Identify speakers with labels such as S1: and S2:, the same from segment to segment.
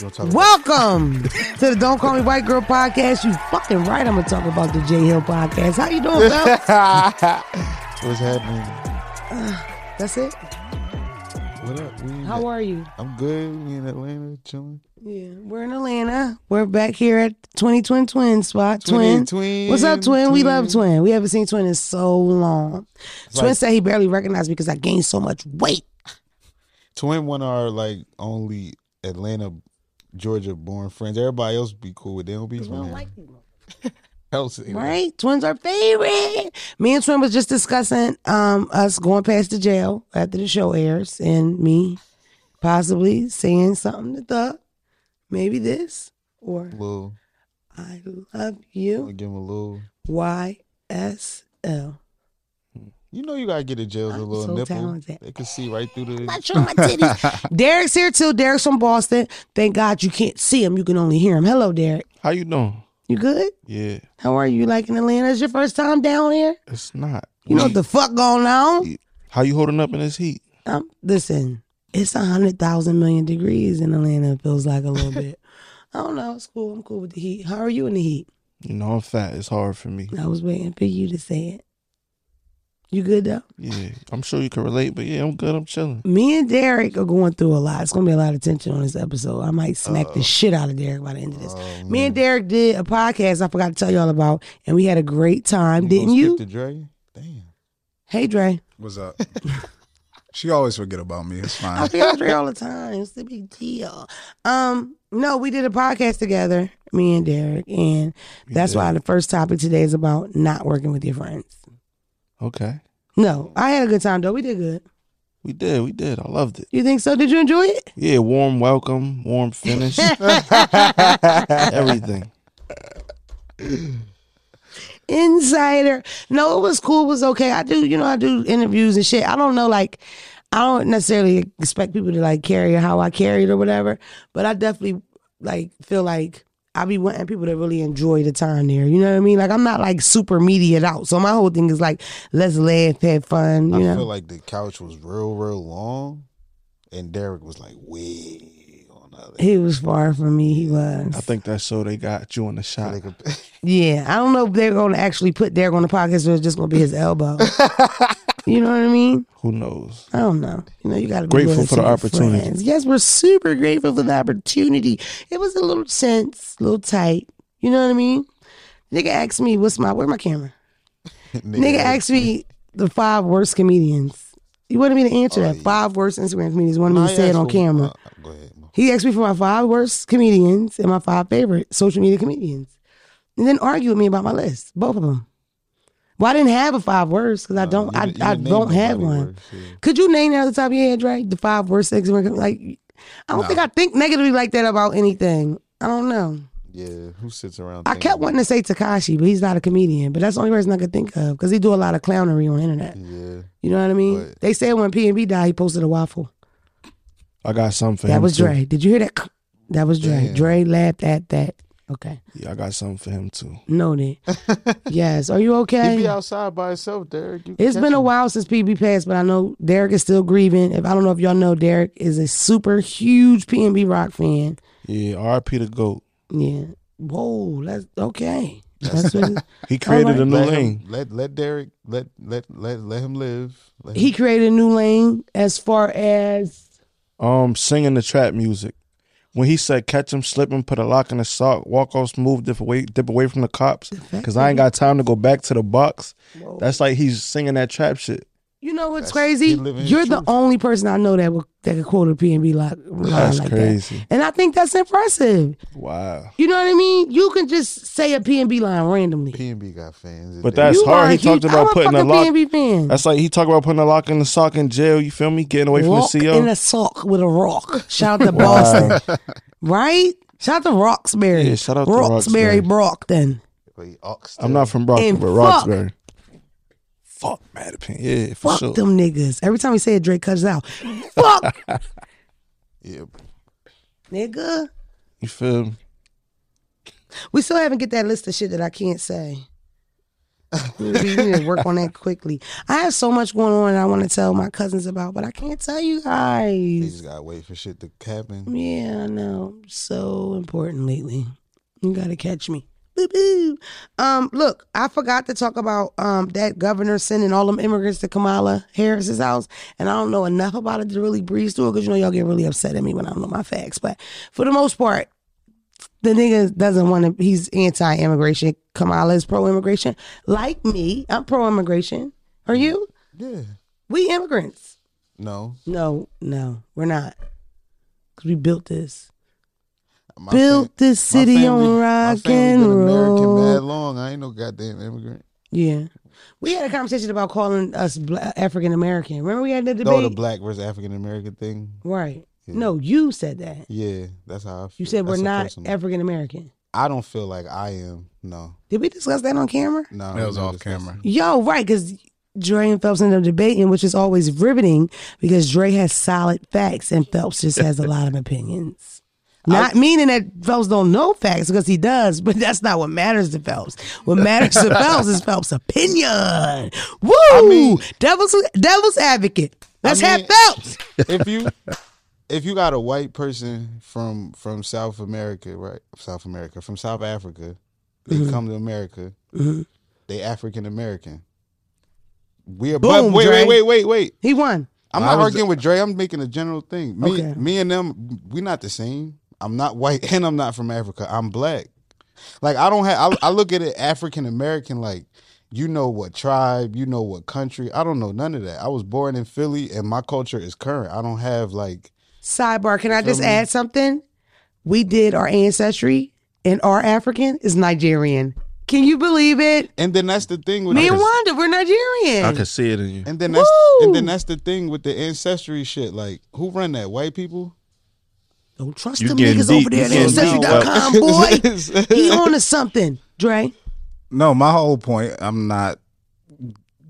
S1: We'll talk about
S2: Welcome to the Don't Call Me White Girl podcast. You fucking right. I'm gonna talk about the J Hill podcast. How you doing, Bell?
S1: what's happening.
S2: That's it.
S1: What up? We in
S2: How are you?
S1: I'm good. We in Atlanta chilling.
S2: Yeah, we're in Atlanta. We're back here at 2020 Twin Spot. Twin.
S1: Twin, twin,
S2: What's up, twin? We love
S1: twin.
S2: Twin. We haven't seen Twin in so long. twin
S1: like-
S2: said he barely recognized me because I gained so much weight.
S1: Twin one of our like only Atlanta, Georgia born friends. Everybody else be cool with. They don't be
S2: We
S1: from
S2: don't
S1: here.
S2: like you.
S1: I'll say that.
S2: Right? Twins are favorite. Me and Twin was just discussing um us going past the jail after the show airs and me possibly saying something to Thug. Maybe this or
S1: Little,
S2: I love
S1: I'll
S2: you.
S1: give him a little.
S2: Y S L.
S1: You know you gotta get the jails a
S2: I'm
S1: little
S2: so
S1: nipple.
S2: talented.
S1: They can see right through the.
S2: Not showing my titties. Derek's here too. Derek's from Boston. Thank God you can't see him. You can only hear him. Hello, Derek.
S3: How you doing?
S2: You good?
S3: Yeah,
S2: How are you? You Liking Atlanta? Is your first time down here?
S3: it's not.
S2: You know what the fuck going on?
S3: How you holding up in this heat?
S2: Um, listen, it's a hundred thousand million degrees in Atlanta. It feels like a little bit. I don't know. It's cool. I'm cool with the heat. How are you in the heat?
S3: You know I'm fat. It's hard for me.
S2: I was waiting for you to say it. You good though?
S3: Yeah, I'm sure you can relate, but yeah, I'm good. I'm chilling.
S2: Me and Derek are going through a lot. It's gonna be a lot of tension on this episode. I might smack the shit out of Derek by the end of this.
S1: Uh, Oh,
S2: Me
S1: man.
S2: and Derek did a podcast. I forgot to tell y'all about, and we had a great time,
S1: You gonna
S2: didn't
S1: skip
S2: you?
S1: The Dre? Damn.
S2: hey Dre,
S4: What's up? she always forget about me. It's
S2: I
S4: fine.
S2: feel Dre all the time. It's the big deal. Um, no, we did a podcast together, me and Derek, and
S3: You
S2: That's
S3: good?
S2: why the first topic today is about not working with your friends.
S3: Okay,
S2: No, I had a good time though. We did good.
S3: we did. We did. I loved it.
S2: You think so? Did you enjoy it?
S3: Yeah, warm welcome, warm finish, everything.
S2: Insider. No, it was cool. It was okay. I do, you know, I do interviews and shit. I don't know, like, I don't necessarily expect people to like carry how I carry it or whatever, but I definitely like feel like I be wanting people to really enjoy the time there. You know what I mean? Like, I'm not like super mediated out. So my whole thing is like, let's laugh, have fun. You
S1: I
S2: know,
S1: feel like the couch was real, real long, and Derek was like way on the other.
S2: he was far from me. He was.
S3: I think that's so they got you in the
S1: So
S3: shot.
S1: they could-
S2: Yeah, I don't know if they're going to actually put Derek on the podcast or it's just going to be his elbow. you know what I mean?
S3: Who knows?
S2: I don't know. You know, you got to be
S3: Grateful
S2: loyal
S3: for
S2: to
S3: the
S2: your
S3: opportunity.
S2: friends. Yes, we're super grateful for the opportunity. It was a little tense, a little tight. You know what I mean? Nigga asked me, "What's my where my camera?" Nigga asked me the five worst comedians. You wanted me to answer
S1: Oh,
S2: that
S1: yeah.
S2: five worst Instagram comedians. Wanted
S1: Nah,
S2: me to
S1: he
S2: say it
S1: asked
S2: on
S1: for-
S2: camera.
S1: uh, go ahead. Ma.
S2: He asked me for my five worst comedians and my five favorite social media comedians, and then argue with me about my list, both of them. Well, I didn't have a five worst because I
S1: Nah,
S2: don't,
S1: you
S2: I,
S1: didn't- you
S2: I
S1: didn't name
S2: don't have
S1: nobody
S2: one.
S1: worse, yeah.
S2: Could you name it off the top of your head, right? The five worst things we're gonna- like. I don't
S4: No.
S2: think I think negatively like that about anything. I don't know.
S1: Yeah, who sits around?
S2: I
S1: thinking
S2: kept wanting to say Takashi, but he's not a comedian. But that's the only person I could think of because he do a lot of clownery on the internet.
S1: Yeah,
S2: You know what I mean?
S1: But-
S2: They said when P and B died, he posted a waffle.
S3: I got something for him.
S2: That was
S3: too.
S2: Dre. Did you hear that? That was Dre.
S1: Damn.
S2: Dre laughed at that. Okay.
S3: Yeah, I got something for him too.
S2: Noted. yes. Are you
S1: he
S2: okay?
S1: be outside by himself, Derek. You
S2: It's
S1: catch
S2: been a
S1: him.
S2: while since PB passed, but I know Derek is still grieving. If I don't know if y'all know, Derek is a super huge PNB Rock fan.
S3: Yeah, R.P. the goat.
S2: Yeah. Whoa. That's okay. That's what it-
S3: He created
S2: right.
S3: a new
S1: Let him-
S3: lane.
S1: Let let Derek let let let let him live. Let
S2: he
S1: him-
S2: created a new lane as far as
S3: Um, singing the trap music. When he said catch him slipping, put a lock in the sock, walk off smooth, dip away, dip away from the cops, because I ain't got time to go back to the box. That's like he's singing that trap shit.
S2: you know what's
S1: That's-
S2: crazy.
S1: he living his
S2: You're the
S1: truth.
S2: only person I know that would, that could quote a PNB like line
S3: That's
S2: like that,
S3: crazy.
S2: and I think that's impressive.
S3: Wow.
S2: You know what I mean? You can just say a PNB line randomly.
S1: P and B got fans, and
S3: But
S1: Derek-
S3: that's
S2: You
S3: hard.
S2: are
S3: He
S2: a
S3: talked
S2: huge-
S3: about
S2: I'm a
S3: putting a
S2: fucking
S3: lock-
S2: PNB fan.
S3: That's like he talk about putting a lock in the sock in jail. You feel me? Getting away
S2: Walk
S3: from the E CO.
S2: in a sock with a rock. Shout out to Boston,
S3: Wow.
S2: right? Shout out to Roxbury.
S3: Yeah, shout out to
S2: Roxbury,
S3: Roxbury.
S2: Brockton.
S1: wait, Ox
S3: I'm not from Brockton,
S2: And
S3: but
S2: fuck.
S3: Roxbury. Fuck Mattapan. Yeah, for
S2: Fuck
S3: sure.
S2: them niggas. Every time we say it, Drake cuts it out. Fuck
S1: Yeah,
S2: nigga.
S3: You feel me?
S2: We still haven't get that list of shit that I can't say. we need to work on that quickly. I have so much going on that I want to tell my cousins about, but I can't tell you
S1: You
S2: guys.
S1: just gotta wait for shit to
S2: Mm.
S1: happen.
S2: Yeah, I know. So important lately. You gotta catch me. Boo boo. Um, look, I forgot to talk about um that governor sending all them immigrants to Kamala Harris's house, and I don't know enough about it to really breeze through it because you know y'all get really upset at me when I don't know my facts. But for the most part, the nigga doesn't want to. He's anti-immigration. Kamala is pro-immigration. Like me, I'm pro-immigration. Are you?
S1: Yeah.
S2: We immigrants.
S1: No.
S2: No, no, we're not. Cause we built this.
S1: My
S2: built
S1: fam-
S2: this
S1: my
S2: city
S1: family-
S2: on
S1: my
S2: rock
S1: family's
S2: and
S1: been American mad
S2: roll.
S1: long. I ain't no goddamn immigrant.
S2: Yeah, we had a conversation about calling us bla- African American. Remember we had the
S1: No,
S2: debate,
S1: the black versus African American thing.
S2: right?
S1: Yeah.
S2: No, you said that.
S1: Yeah, that's how I feel.
S2: You said we're
S1: That's a
S2: not
S1: personal-
S2: African American.
S1: I don't feel like I am. No.
S2: Did we discuss that on camera?
S1: No.
S4: That was
S1: no
S4: off
S1: discussion.
S4: camera.
S2: Yo, right, because Dre and Phelps end up debating, which is always riveting because Dre has solid facts and Phelps just has a lot of opinions. Not meaning that Phelps don't know facts because he does, but that's not what matters to Phelps. What matters to Phelps is Phelps' opinion. Woo!
S1: mean-
S2: devil's devil's advocate. Let's
S1: I mean-
S2: have Phelps.
S1: if you if you got a white person from from South America, right? South America, from South Africa, they
S2: Mm-hmm.
S1: come to America. They African American. We are but
S2: Boom,
S1: wait,
S2: Dre.
S1: wait, wait, wait, wait.
S2: He won.
S1: I'm
S4: I
S1: not
S4: was-
S1: arguing with Dre. I'm making a general thing. Me,
S2: Okay.
S1: me and them, we not the same. I'm not white and I'm not from Africa. I'm black. Like I don't have. I, I look at it African American. Like you know what tribe, you know what country. I don't know none of that. I was born in Philly, and my culture is current. I don't have like
S2: Sidebar, can I just
S1: me?
S2: add something? We did our ancestry and our African is Nigerian. Can you believe it?
S1: And then that's the thing with
S2: Me and
S1: this-
S2: Wanda, we're Nigerian.
S3: I could see it in you.
S1: And then that's
S2: Woo!
S1: and then that's the thing with the ancestry shit. Like who run that? White people.
S2: Don't trust
S3: You
S2: them
S3: getting
S2: niggas
S3: deep.
S2: over there at
S3: You
S1: getting deep,
S2: ancestry.com, boy. he on to something, Dre.
S4: No, my whole point. I'm not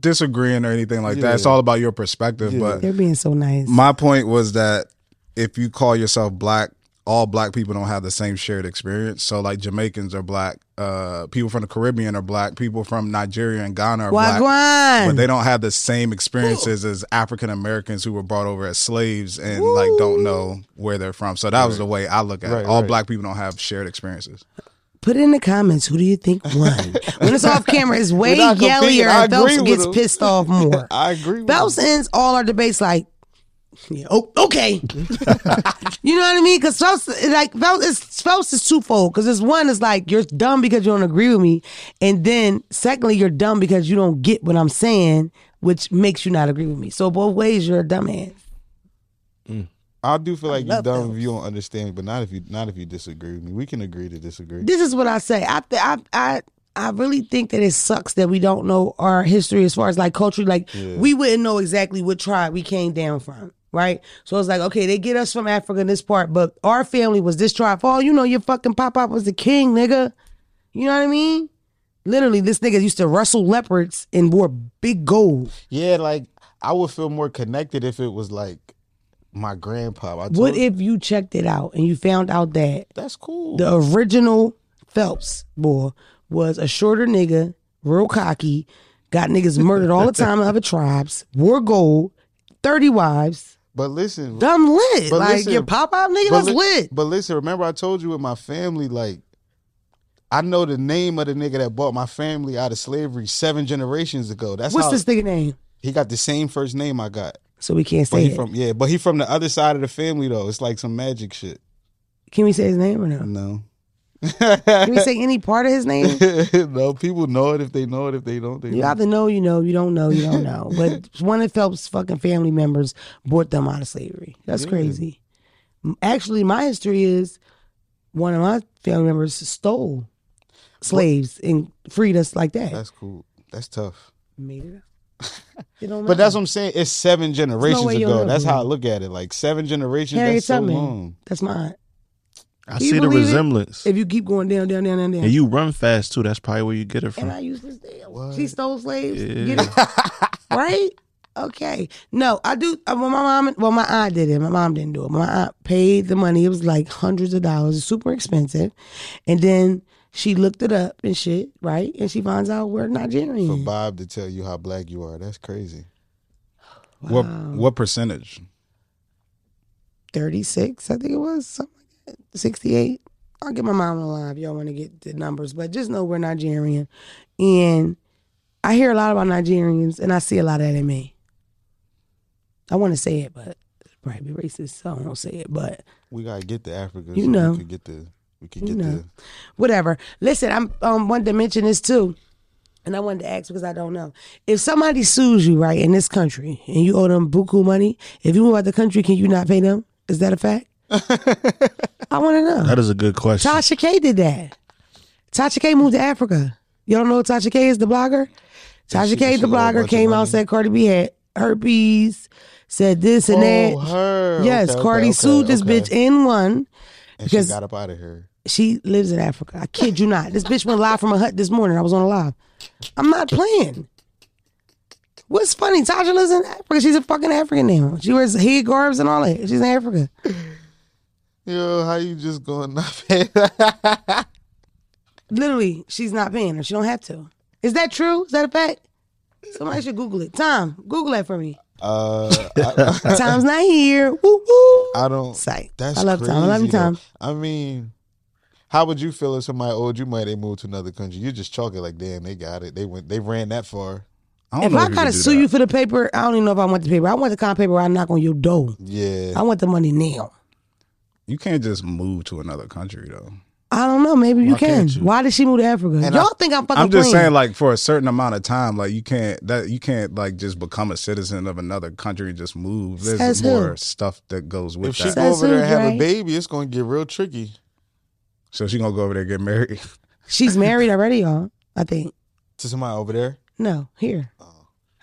S4: disagreeing or anything like that. It's all about your perspective. But
S2: They're being so nice.
S4: my point was that if you call yourself black, all black people don't have the same shared experience. So like Jamaicans are black, uh, people from the Caribbean are black, people from Nigeria and Ghana are black. But they
S2: Wagwan.
S4: don't have the same experiences as African Americans who were brought over as slaves and like don't know where they're from. So that was the way I look at
S1: Right,
S4: it. All
S1: right.
S4: black people don't have shared experiences.
S2: Put in the comments who do you think won? when it's off camera, it's way
S1: We're not competing.
S2: yellier
S1: I
S2: and Phelps
S1: agree with
S2: gets
S1: him.
S2: pissed off more.
S1: I agree. with
S2: Phelps ends all our debates like, yeah, oh, okay. you know what I mean? Because Phelps, like, Phelps is, Phelps is twofold. Because it's one, it's like, you're dumb because you don't agree with me. And then, secondly, you're dumb because you don't get what I'm saying, which makes you not agree with me. So, both ways, you're a dumbass.
S1: I do feel like you're
S2: love
S1: dumb
S2: those.
S1: if you don't understand, but not if you not if you disagree with me. We can agree to disagree.
S2: This is what I say. I, th- I, I, I really think that it sucks that we don't know our history as far as like culture. Like we wouldn't know exactly what tribe we came down from, right? So it's like, okay, they get us from Africa in this part, but our family was this tribe. Oh, you know, your fucking pop pop was the king, nigga. You know what I mean? Literally, this nigga used to wrestle leopards and wore big gold.
S1: Yeah, like I would feel more connected if it was like my grandpa. I told
S2: What if you checked it out and you found out that
S1: that's cool?
S2: the original Phelps boy was a shorter nigga, real cocky, got niggas murdered all the time in other tribes, wore gold, 30 wives,
S1: but listen,
S2: dumb lit.
S1: But
S2: like
S1: listen-
S2: your pop up nigga
S1: but
S2: was
S1: li-
S2: lit.
S1: But listen, remember I told you with my family, like I know the name of the nigga that bought my family out of slavery seven generations ago. That's
S2: What's
S1: how
S2: this nigga name?
S1: he got the same first name I got.
S2: So we can't
S1: But
S2: say
S1: he
S2: it.
S1: from yeah, but he from the other side of the family though. It's like some magic shit.
S2: Can we say his name or no?
S1: No.
S2: Can we say any part of his name?
S1: no, people know it if they know it. If they don't, they
S2: You
S1: don't.
S2: either know, you know, you don't know, you don't know. But one of Phelps' fucking family members bought them out of slavery. That's crazy. M- Actually, my history is one of my family members stole slaves and freed us like that.
S1: That's cool. That's tough.
S2: Made it up. It don't
S1: But that's
S2: matter.
S1: what I'm saying. It's seven generations
S2: way you'll
S1: ago.
S2: know,
S1: That's how I
S2: man.
S1: look at it. Like seven generations.
S2: Harriet
S1: that's so
S2: Tubman.
S1: long.
S2: that's mine.
S3: I
S2: Can you
S3: see the
S2: believe it?
S3: resemblance.
S2: If you keep going down, down, down, down, down.
S3: And you run fast too. That's probably where you get it
S2: and
S3: from.
S2: I used this damn. She stole slaves.
S3: Yeah.
S2: Get it? right? Okay. No, I do. uh, Well, my mom, well, my aunt did it. My mom didn't do it. My aunt paid the money. It was like hundreds of dollars. It's super expensive. And then She looked it up and shit, right? And she finds out we're Nigerian.
S1: For Bob to tell you how black you are, that's crazy.
S4: What what percentage?
S2: 36, I think it was, something like that. 68. I'll get my mom on the line if y'all want to get the numbers, but just know we're Nigerian. And I hear a lot about Nigerians, and I see a lot of that in me. I want to say it, but it's probably be racist, so I won't say it, but
S1: We gotta get to Africa.
S2: You
S1: so
S2: know.
S1: we could get the we could
S2: You
S1: get
S2: know.
S1: the
S2: whatever. Listen, I'm um, wanted to mention this too, and I wanted to ask because I don't know. If somebody sues you, right, in this country, and you owe them buku money, if you move out the country, can you not pay them? Is that a fact? I want to know.
S3: That is a good question.
S2: Tasha K did that. Tasha K moved to Africa. You don't know who Tasha K is, the blogger? Tasha
S1: she-
S2: K,
S1: she
S2: the
S1: owe a bunch
S2: blogger,
S1: of
S2: came
S1: money?
S2: out, said Cardi B had herpes, said this and that.
S1: Oh, her.
S2: Yes,
S1: Okay, okay,
S2: Cardi
S1: okay,
S2: sued this
S1: okay.
S2: bitch in one.
S1: and
S2: because-
S1: she got up out of here.
S2: She lives in Africa. I kid you not. This bitch went live from her hut this morning. I was on a live. I'm not playing. What's funny? Tasha lives in Africa. She's a fucking African now. She wears head garbs and all that. She's in Africa.
S1: Yo, how you just going up? I
S2: Literally, she's not paying her. She don't have to. Is that true? Is that a fact? Somebody should Google it. Tom, Google that for me. Tom's not here. Woo woo.
S1: Uh, I don't.
S2: Sight.
S1: That's
S2: I love
S1: crazy,
S2: Tom. I love you,
S1: though.
S2: Tom.
S1: I mean, how would you feel if somebody owed you money? They moved to another country. You just chalk it like, damn, they got it. They went. They ran that far.
S4: I don't
S2: If
S4: know
S2: I
S4: you
S2: gotta
S4: could do
S2: sue
S4: that.
S2: you for the paper, I don't even know if I want the paper. I want the kind of paper where I knock on your door.
S1: Yeah.
S2: I want the money now.
S4: You can't just move to another country though.
S2: I don't know. Maybe you can.
S3: can't you?
S2: Why did she move to Africa?
S1: And
S2: Y'all think I'm fucking
S4: I'm just
S2: playing.
S4: saying, like for a certain amount of time, like you can't that you can't like just become a citizen of another country and just move. There's
S2: Says who?
S4: more stuff that goes with
S1: If she
S4: that.
S1: go over there and
S2: That's
S1: have
S2: right.
S1: a baby, it's gonna get real tricky.
S4: so she gonna go over there and get married.
S2: She's married already, y'all. I think.
S1: To somebody over there,
S2: No, here.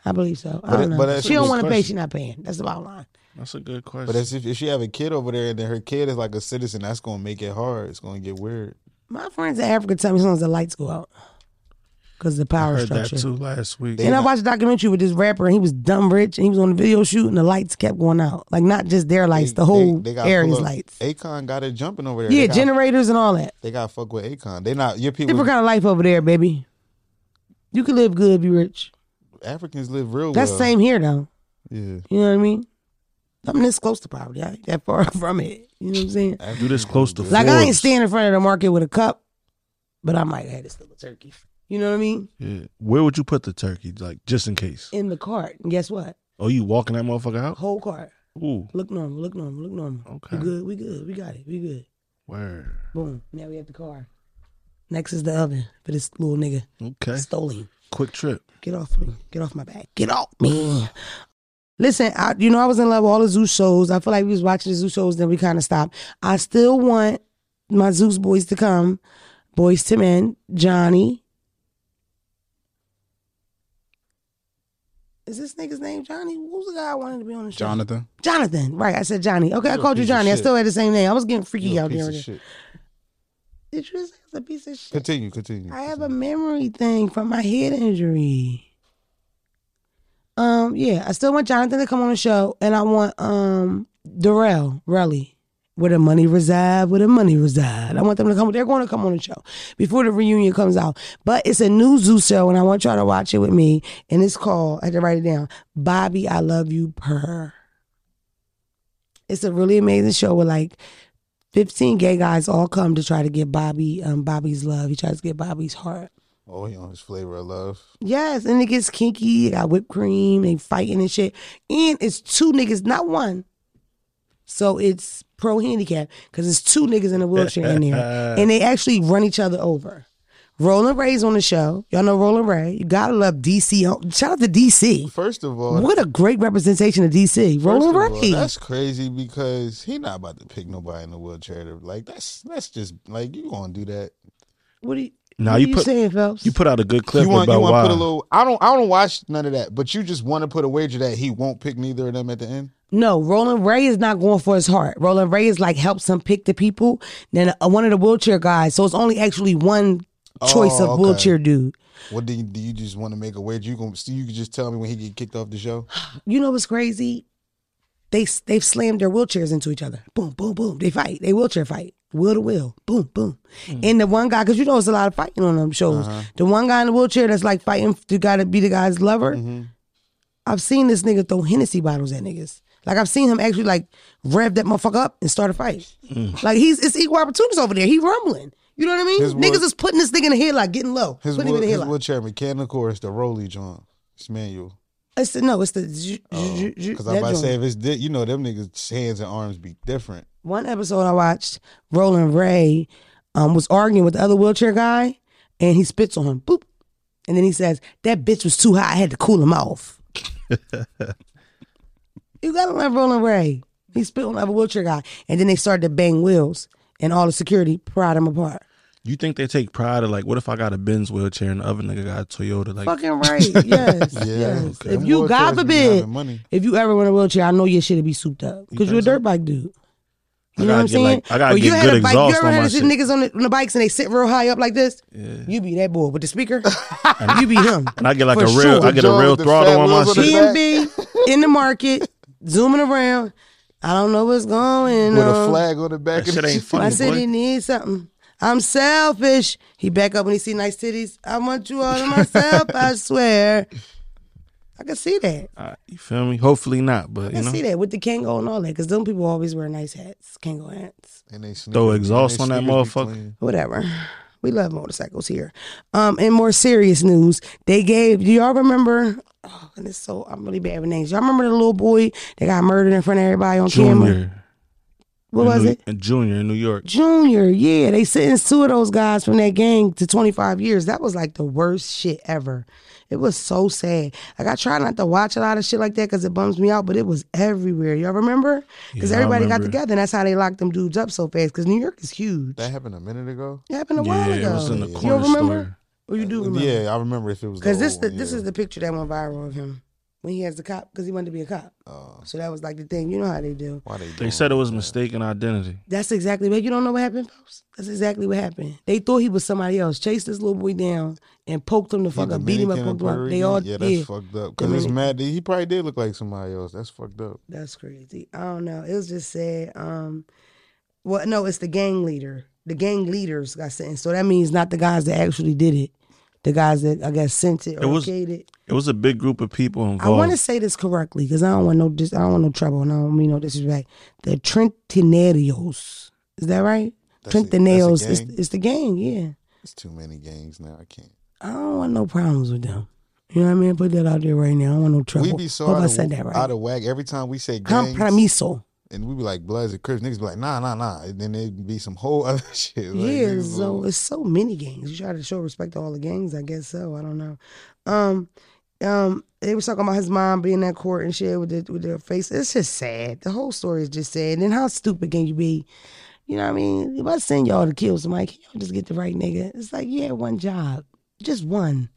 S2: I believe so. I
S1: But
S2: don't
S1: it-
S2: know.
S1: but that's
S2: she
S1: a
S2: don't
S1: good
S2: want to pay.
S1: question.
S2: She not paying. That's the bottom line.
S3: That's a good question.
S1: but that's if, if she have a kid over there and then her kid is like a citizen, that's gonna make it hard. It's gonna get weird.
S2: My friends in Africa tell me sometimes the lights go out because the
S3: I
S2: power
S3: heard that
S2: structure.
S3: too last week.
S2: And I watched a documentary with this rapper, and he was dumb rich, and he was on the video shoot, and the lights kept going out. Like not just their lights, the whole
S1: pull
S2: area's
S1: up.
S2: lights.
S1: Akon got it jumping over there.
S2: Yeah,
S1: they got,
S2: generators and all that.
S1: They got to fuck with Akon. They not your people.
S2: Different kind of life over there, baby. You can live good, be rich.
S1: Africans live real.
S2: That's
S1: well.
S2: same here though.
S1: Yeah.
S2: You know what I mean? I'm this close to poverty. I ain't that far from it. You know what I'm saying?
S3: You this close to
S2: Like I ain't
S3: Forbes.
S2: standing in front of the market with a cup, but I might have this little turkey. You know what I mean?
S3: Yeah. Where would you put the turkey, like just in case?
S2: In the cart. And guess what?
S3: Oh, you walking that motherfucker out?
S2: Whole cart.
S3: Ooh,
S2: Look normal, look normal, look normal.
S3: Okay.
S2: We good, we good, we got it, we good.
S3: where?
S2: Boom. Now we have the car. Next is the oven for this little nigga.
S3: Okay,
S2: Stole him.
S3: quick trip.
S2: Get off me. Get off my back. Get off me. Listen, I, you know, I was in love with all the Zeus shows. I feel like we was watching the Zeus shows, then we kind of stopped. I still want my Zeus boys to come, boys to men, Johnny. Is this nigga's name Johnny? Who's the guy I wanted to be on the show?
S4: Jonathan,
S2: Jonathan. Right, I said Johnny. Okay, I
S1: You a
S2: called you
S1: piece of
S2: Johnny. I
S1: shit.
S2: still had the same name. I was getting freaky
S1: You a
S2: out
S1: piece
S2: there.
S1: of
S2: Did
S1: shit.
S2: you just say it's a piece of shit?
S1: Continue. Continue.
S2: I have a
S1: continue.
S2: memory thing from my head injury. Um, yeah, I still want Jonathan to come on the show, and I want um Darrell Relly, where the money reside, where the money reside. I want them to come. They're going to come on the show before the reunion comes out. But it's a new Zoo show, and I want y'all to watch it with me. And it's called I had to write it down. Bobby, I love you per. It's a really amazing show with like 15 gay guys all come to try to get Bobby um, Bobby's love. He tries to get Bobby's heart.
S1: Oh, he on his flavor of love.
S2: Yes, and it gets kinky. They got whipped cream. They fighting and shit. And it's two niggas, not one. So it's pro handicap because it's two niggas in a wheelchair in there, and they actually run each other over. Roland Ray's on the show. Y'all know Roland Ray. You gotta love DC. Shout out to DC.
S1: First of all,
S2: What a great representation of DC.
S1: first
S2: Roland
S1: of all,
S2: Ray.
S1: that's crazy because he not about to pick nobody in the wheelchair. To, like that's that's just like you gonna do that.
S2: what are you,
S3: Nah,
S2: what are
S3: you
S2: you
S3: put-
S2: saying, Phelps?
S3: You put out a good clip
S1: you want you
S3: about
S1: want
S3: why.
S1: to put a little. I don't I don't watch none of that, but you just want to put a wager that he won't pick neither of them at the end.
S2: No, Roland Ray is not going for his heart. Roland Ray is like helps him pick the people. Then uh, one of the wheelchair guys. So it's only actually one choice of
S1: Oh, okay.
S2: wheelchair dude.
S1: What do you, do you just want to make a wager? You gonna so you can just tell me when he get kicked off the show.
S2: You know what's crazy? They they've slammed their wheelchairs into each other. Boom, boom, boom. They fight. They wheelchair fight. Will to will. Boom, boom.
S1: Hmm.
S2: And the one guy, because you know it's a lot of fighting on them shows.
S1: Uh-huh.
S2: The one guy in the wheelchair that's like fighting to gotta be the guy's lover.
S1: Mm-hmm.
S2: I've seen this nigga throw Hennessy bottles at niggas. Like I've seen him actually like rev that motherfucker up and start a fight. Like he's it's equal opportunities over there. He rumbling. You know what I mean?
S1: Mm. His
S2: niggas
S1: wood-
S2: is putting this nigga in the headlock, getting low.
S1: His,
S2: putting
S1: wood,
S2: him in
S1: his
S2: the headlock.
S1: wheelchair mechanical or it's the rolly joint. It's manual.
S2: It's the, no, it's the zzz,
S1: Oh,
S2: zzz, zzz,
S1: Because
S2: that
S1: I'm about to
S2: joint.
S1: say if it's di- you know them niggas hands and arms be different.
S2: one episode I watched, Roland Ray um, was arguing with the other wheelchair guy, and he spits on him. Boop. And then he says, That bitch was too hot. I had to cool him off. you gotta love Roland Ray. He spit on the other wheelchair guy. And then they started to bang wheels, and all the security pried him apart.
S3: You think they take pride of like, what if I got a Benz wheelchair and the other nigga got a Toyota? Like,
S2: Fucking right. Yes. yes.
S1: okay.
S2: If
S1: Them
S2: you,
S1: wheelchairs
S2: God
S1: be
S2: forbid,
S1: having money.
S2: if you ever want a wheelchair, I know your shit'll be souped up because you're a dirt bike dude. You
S3: I
S2: know
S3: gotta
S2: what I'm
S3: get,
S2: saying?
S3: like- I gotta
S2: or you
S3: get
S2: had
S3: good
S2: a bike.
S3: exhaust
S2: You ever
S3: on
S2: had
S3: my
S2: to see
S3: shit.
S2: niggas on the, on the bikes and they sit real high up like this? You be that boy with the speaker. you be him.
S3: and I get like
S2: For
S3: a real,
S2: sure.
S3: I get a
S1: Joe
S3: real
S1: with the
S3: throttle
S1: fat
S3: on my
S1: wheels on
S3: shit.
S1: his
S2: PNB in the market, zooming around. I don't know what's going
S1: With a
S2: on.
S1: flag on the back
S3: That
S1: of
S3: shit
S1: the
S3: ain't
S2: My
S3: funny,
S2: city
S3: boy.
S2: needs something. I'm selfish. He back up when he see nice titties. I want you all to myself. I swear. I can see that.
S3: All right, you feel me? Hopefully not, but
S2: I
S3: you
S2: can
S3: know,
S2: see that with the Kango and all that. Because them people always wear nice hats, Kango hats.
S1: And they sneakers-
S3: throw
S1: and they
S3: exhaust on that
S1: sneakers be
S3: motherfucker.
S1: clean.
S2: whatever. We love motorcycles here. Um, in more serious news, they gave. Do y'all remember? Oh, and it's so I'm really bad with names. Y'all remember the little boy that got murdered in front of everybody on camera?
S3: Junior,
S2: What
S3: in
S2: was
S3: New-
S2: it?
S3: in Junior in New York.
S2: Junior. Yeah, they sentenced two of those guys from that gang to 25 years. That was like the worst shit ever. It was so sad. Like I try not to watch a lot of shit like that because it bums me out, but it was everywhere. Y'all remember? Because
S3: Yeah, I
S2: everybody got
S3: remember.
S2: together, and that's how they locked them dudes up so fast. Because New York is huge.
S1: That happened a minute ago.
S2: It happened a
S3: Yeah,
S2: while ago.
S3: it was in the
S2: You don't
S3: corner
S2: remember?
S3: store.
S2: Or you do remember?
S1: Yeah, I remember if it was the
S2: Because this
S1: old
S2: the,
S1: one,
S2: this
S1: yeah.
S2: is the picture that went viral of him when he has the cop because he wanted to be a cop. So that was like the thing. You know how they do.
S1: Uh, why they
S3: They
S1: doing
S3: said it was mistaken identity.
S2: That's exactly what you don't know what happened, folks. That's exactly what happened. They thought he was somebody else. Chased this little boy down and poked him the fuck up, beat him up,
S1: Dominican and
S2: poked him up.
S1: Puerto
S2: They
S1: Rican?
S2: all
S1: yeah,
S2: did.
S1: that's fucked up. Because it's
S2: Dominican.
S1: mad. that He probably did look like somebody else. That's fucked up.
S2: That's crazy. I don't know. It was just sad. Um, well, no, it's the gang leader. The gang leaders got sentenced. So that means not the guys that actually did it. The guys that I guess sent it or
S3: It was-
S2: okayed it.
S3: It was a big group of people
S2: I want to
S3: involved.
S2: say this correctly because I don't want no dis- I don't want no trouble and I don't mean no disrespect. The Trentinarios, is that right?
S1: That's a-
S2: Trentinarios,
S1: that's a
S2: it's,
S1: gang?
S2: it's the gang. Yeah,
S1: It's too many games now. I can't.
S2: I don't want no problems with them. You know what I mean? Put that out there right now. I don't want no trouble.
S1: We be so
S2: Hope I
S1: out
S2: said
S1: of,
S2: that
S1: out
S2: right.
S1: of whack every time we say gangs,
S2: Compromiso.
S1: and we be like Bloods and Crips. Niggas be like, nah, nah, nah, and then it'd be some whole other shit. Like,
S2: yeah,
S1: niggas
S2: so
S1: will-
S2: it's so many gangs. You try to show respect to all the gangs, I guess so. I don't know. Um, um, they was talking about his mom being at court and shit with the, with their face. It's just sad. The whole story is just sad. And how stupid can you be? You know what I mean? If I send y'all to kill somebody, can y'all just get the right nigga? It's like you had one job, just one.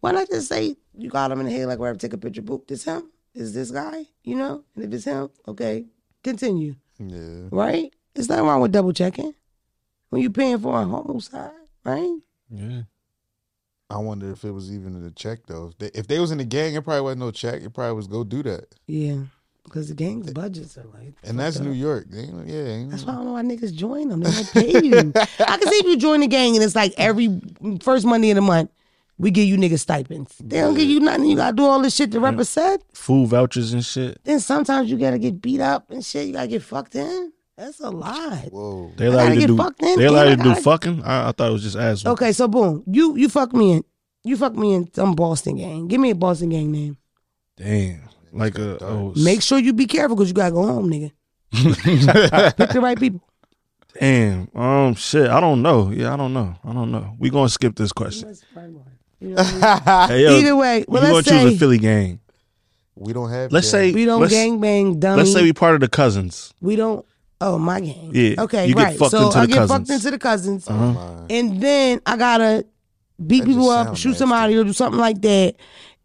S2: Why not just say you got him in the head like wherever? Take a picture. Boop. This him? Is this guy? You know? And if it's him, okay, continue
S1: yeah,
S2: right? There's nothing wrong with double checking when you're paying for a homicide, right?
S3: Yeah.
S1: I wonder if it was even in the check though. If they, if they was in the gang, it probably wasn't no check. It probably was go do that.
S2: Yeah, because the gang's budgets are like,
S1: And that's New York. They ain't- yeah, ain't-
S2: that's why I don't know why niggas join them. They don't pay you. I can see if you join the gang and it's like every first Monday of the month. We give you niggas stipends. They don't give you nothing. You gotta do all this shit to represent.
S3: Food vouchers and shit.
S2: Then sometimes you gotta get beat up and shit. You gotta get fucked in. That's a lot.
S1: Whoa.
S3: They
S2: gotta
S3: allowed you
S2: get
S3: to do.
S2: fucked in,
S3: They
S2: and
S3: allowed
S2: I
S3: you to do
S2: gotta-
S3: fucking. I, I thought it was just ass.
S2: Okay, so boom, you you fuck me in. You fuck me in some Boston gang. Give me a Boston gang name.
S3: Damn. Like a oh,
S2: Make sure you be careful because you gotta go home, nigga. Pick the right people.
S3: Damn. Um. Shit. I don't know. Yeah. I don't know. I don't know. We gonna skip this question. Hey, yo,
S2: Either way, well,
S3: you
S2: let's
S3: gonna choose
S2: say-
S3: a Philly gang.
S1: we don't have.
S3: Let's
S1: gang.
S3: say
S2: We don't
S3: let's,
S2: gang bang, dummy.
S3: Let's say we part of the cousins.
S2: we don't. Oh, my gang.
S3: Yeah,
S2: Okay.
S3: you get
S2: right.
S3: fucked
S2: so
S3: into
S2: I
S3: the
S2: get
S3: cousins.
S2: fucked into the cousins,
S1: Uh-huh.
S2: and then I gotta beat
S1: That
S2: people
S1: just
S2: up,
S1: sound
S2: shoot
S1: nasty.
S2: somebody, or do something like that.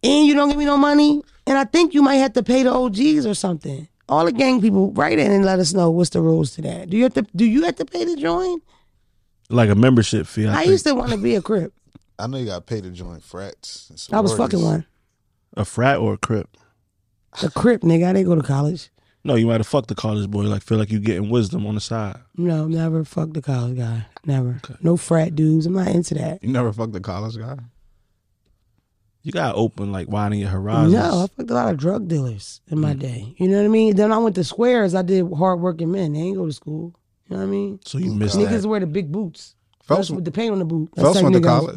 S2: And you don't give me no money, and I think you might have to pay the OGs or something. All the gang people, write in and let us know what's the rules to that. Do you have to? Do you have to pay to join?
S3: Like a membership fee. I,
S2: I,
S3: think.
S2: used to want to be a crip.
S1: I know you got paid to join frats. and
S2: I was
S1: sororities.
S2: fucking one.
S3: a frat or a crip.
S2: A crip, nigga. I didn't go to college.
S3: No, you might have fucked the college boy. Like feel like you getting wisdom on the side.
S2: No, never fuck the college guy. Never. No frat dudes. I'm not into that.
S4: You never fucked the college guy.
S3: You gotta open like widening your horizons.
S2: No, I fucked a lot of drug dealers in
S4: Mm.
S2: my day. You know what I mean? Then I went to squares. I did hard working men. They ain't go to school. You know what I mean?
S3: so you missed
S2: Niggas
S3: that.
S2: wear the big boots.
S4: Phelps-
S2: That's with the paint on the boot. That's
S4: Phelps
S2: like
S4: went to
S2: nigga I was-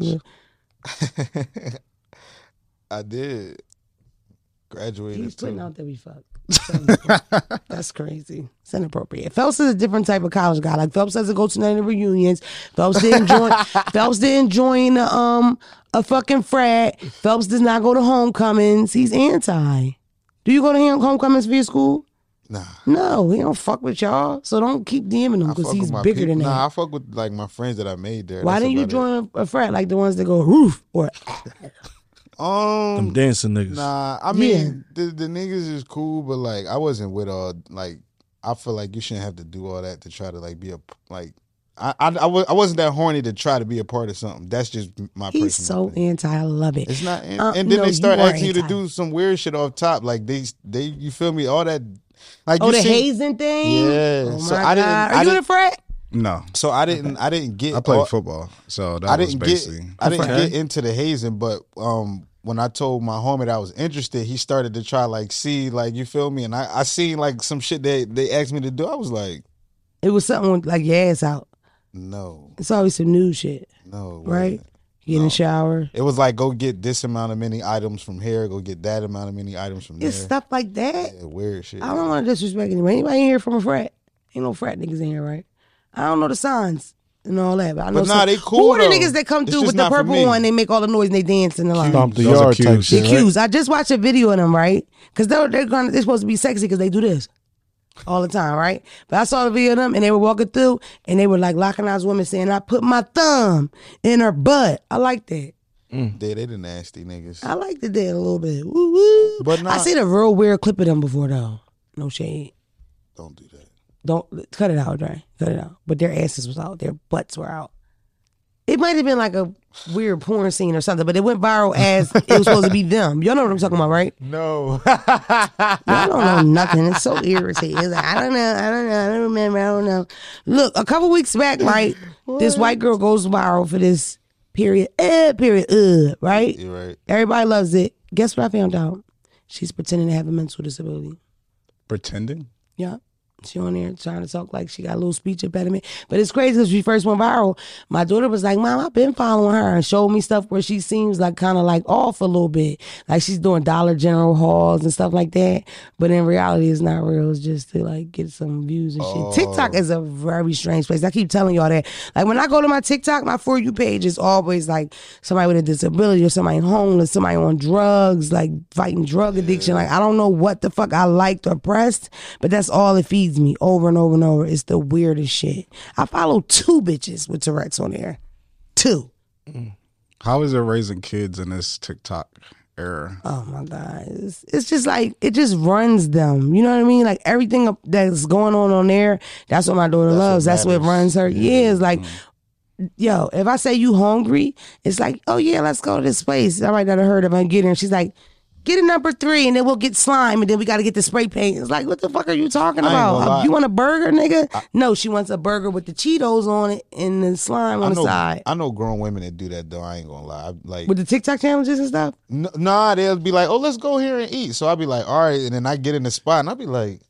S4: college.
S1: I did. Graduated
S2: He's putting
S1: too.
S2: out that we fuck. That's crazy. It's inappropriate. Phelps is a different type of college guy. Like Phelps doesn't go to none of the reunions. Phelps didn't join. Phelps didn't join a, um a fucking frat. Phelps does not go to homecomings. He's anti. Do you go to home- homecomings for your school?
S1: Nah.
S2: No, he don't fuck with y'all. So don't keep DMing him
S1: I
S2: because
S1: fuck
S2: he's
S1: with my
S2: bigger
S1: peop-
S2: than that.
S1: Nah, I fuck with like my friends that I made there.
S2: Why
S1: That's
S2: didn't you
S1: about
S2: join a, a frat like the ones that go roof or
S1: it. Um,
S3: Them dancing niggas.
S1: Nah, I mean the the niggas is cool, but like I wasn't with all like I feel like you shouldn't have to do all that to try to like be a like I I, I, was, I wasn't that horny to try to be a part of something. That's just my
S2: he's
S1: personal
S2: so
S1: opinion.
S2: anti? I love it.
S1: It's not, and,
S2: Uh,
S1: and then
S2: no,
S1: they start
S2: you are
S1: asking you to
S2: anti.
S1: do some weird shit off top, like they they you feel me? All that like
S2: Oh,
S1: you
S2: the
S1: seen-
S2: hazing thing.
S1: Yeah,
S2: Oh my
S1: so
S2: God.
S1: I didn't-
S2: Are
S1: I
S2: you in a
S1: didn't-
S2: frat?
S4: No,
S1: So I didn't I didn't get
S4: I played
S1: all-
S4: football, so that
S1: I
S4: was
S1: didn't get
S4: basically.
S1: I didn't
S3: Okay.
S1: get into the hazing, but um, when I told my homie that I was interested, he started to try like see like you feel me, and I I seen like some shit that they asked me to do. I was like,
S2: It was something with, like your ass out.
S1: no,
S2: It's always some new shit,
S1: no, it
S2: right?
S1: wasn't.
S2: You get in the shower.
S1: It was like go get this amount of many items from here, go get that amount of many items from there.
S2: It's stuff like that.
S1: Yeah, weird shit.
S2: I don't want to disrespect anybody. Anybody in here from a frat? Ain't no frat niggas in here, right? I don't know the signs and all that, but I know.
S1: But nah,
S2: some-
S1: they cool,
S2: Who are the
S1: though.
S2: niggas that come
S1: It's
S2: through
S1: just
S2: with the
S1: not for
S2: purple
S1: me.
S2: one? They make all the noise and they dance in the line.
S3: Stomp the
S4: Those are
S3: yard type
S4: cubes.
S2: The
S3: shit.
S4: Yeah,
S3: right?
S2: cues. I just watched a video of them, right? Because they're they're gonna they're supposed to be sexy because they do this all the time, right? But I saw the video of them and they were walking through and they were like locking eyes with women saying, "I put my thumb in her butt." I like that.
S1: they they the nasty niggas.
S2: I like the day a little bit. Woo woo.
S1: But
S2: I
S1: not-
S2: seen a real weird clip of them before though. No shade.
S1: Don't do that.
S2: Don't cut it out, Dre. Cut it out. But their asses was out. Their butts were out. It might have been like a weird porn scene or something, but it went viral as it was supposed to be them. Y'all know what I'm talking about, right?
S1: No,
S2: I don't know nothing. It's so irritating. It's like, I don't know. I don't know. I don't remember. I don't know. Look, a couple weeks back, right? this white girl goes viral for this period, uh, period, uh, right?
S1: you're right.
S2: Everybody loves it. Guess what I found out? She's pretending to have a mental disability.
S4: Pretending?
S2: Yeah. She on there trying to talk like she got a little speech impediment. But it's crazy because she first went viral. My daughter was like, Mom, I've been following her and showed me stuff where she seems like kind of like off a little bit. Like she's doing Dollar General hauls and stuff like that. But in reality, it's not real. It's just to like get some views and shit. TikTok is a very strange place. I keep telling y'all that. Like when I go to my TikTok, my For You page is always like somebody with a disability or somebody homeless, somebody on drugs, like fighting drug addiction. Like I don't know what the fuck I liked or pressed, but that's all it feeds me over and over and over. It's the weirdest shit. I follow two bitches with Tourette's on there. Two.
S4: How is it raising kids in this TikTok era?
S2: Oh my God. It's, it's just like, it just runs them. You know what I mean? Like everything up- that's going on on there, that's what my daughter loves. that's what
S1: matters. Mm-hmm.
S2: runs her. Yeah, it's like, yo, if I say you hungry, it's like, oh yeah, let's go to this place. All right, that I heard of. I'm getting. She's like, get a number three and then we'll get slime and then we got to get the spray paint. It's like, what the fuck are you talking
S1: I ain't gonna
S2: about?
S1: lie.
S2: You want a burger, nigga? no, she wants a burger with the Cheetos on it and the slime on the
S1: I know,
S2: side.
S1: I know grown women that do that though. I ain't gonna lie. I, like
S2: with the TikTok challenges and stuff.
S1: N- nah, they'll be like, "Oh, let's go here and eat." So I'll be like, "All right," and then I get in the spot and I'll be like,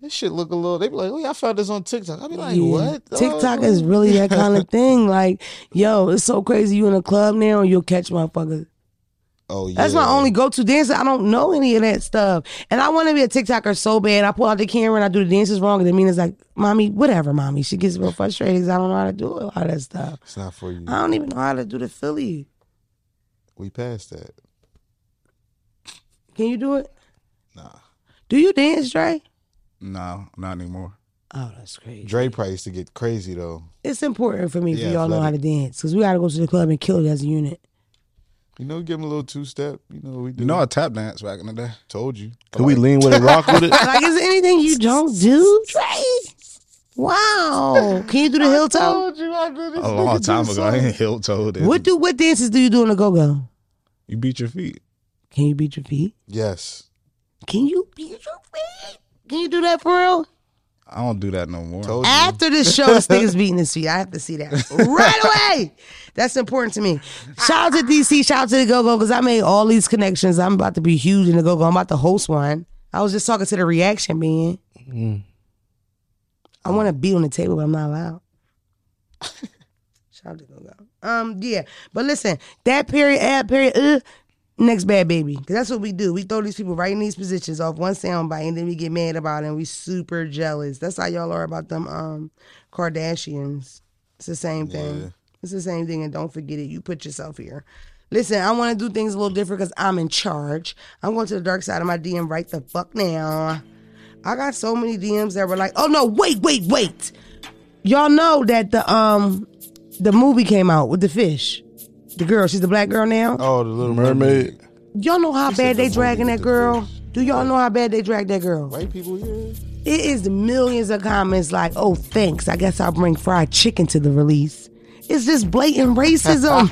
S1: "This shit look a little." They be like, "Oh, yeah, I found this on TikTok." I'll be like,
S2: Yeah.
S1: "What?" Oh,
S2: TikTok is really that kind of thing. Like, yo, it's so crazy. You in a club now, and you'll catch motherfuckers.
S1: Oh yeah,
S2: That's my only go-to dancer. I don't know any of that stuff, and I want to be a TikToker so bad. I pull out the camera and I do the dances wrong, and then Mina's like, "Mommy, whatever, mommy." She gets real frustrated because I don't know how to do all that stuff.
S1: It's not for you.
S2: I don't even know how to do the Philly.
S1: We passed that.
S2: Can you do it?
S1: Nah,
S2: Do you dance, Dre?
S4: No, not anymore.
S2: Oh, that's crazy.
S1: Dre probably used to get crazy though.
S2: It's important for me for
S1: Yeah,
S2: y'all know how to
S1: athletic.
S2: dance because we got to go to the club and kill it as a unit.
S1: You know, give him a little two step. You know, we do.
S4: You know, I tap dance back in the day.
S1: told you.
S3: Can we lean with it, rock with it?
S2: Like, is there anything you don't do, Dre? Wow. Can you do the heel toe?
S1: you I did this
S4: A long time ago, I ain't heel toed it.
S2: What do what dances do you do on the go go?
S4: You beat your feet.
S2: Can you beat your feet?
S1: Yes.
S2: Can you beat your feet? Can you do that for real?
S4: I don't do that no more.
S1: Told you.
S2: After this show, this thing is beating his feet. I have to see that right away. That's important to me. Shout out to DC. Shout out to the Go Go because I made all these connections. I'm about to be huge in the Go Go. I'm about to host one. I was just talking to the reaction man. I want to be on the table, but I'm not allowed. Shout out to Go Go. Um, yeah, but listen, that period, ad period, uh, next bad baby, because that's what we do. We throw these people right in these positions off one soundbite, and then we get mad about it, and we super jealous. That's how y'all are about them um Kardashians. It's the same thing. It's the same thing, and don't forget it. You put yourself here. Listen, I want to do things a little different because I'm in charge. I'm going to the dark side of my DM right the fuck now. I got so many DMs that were like, "Oh no, wait, wait, wait." Y'all know that the um the movie came out with the fish. The girl, she's the black girl now.
S1: Oh, the little
S3: Mermaid.
S2: Y'all know how bad they
S1: the movie
S2: dragging
S1: with
S2: that
S1: the
S2: girl?
S1: fish.
S2: Do y'all know how bad they drag that girl?
S1: White people, yeah.
S2: It is millions of comments like, oh, thanks. I guess I'll bring fried chicken to the release. It's just blatant racism.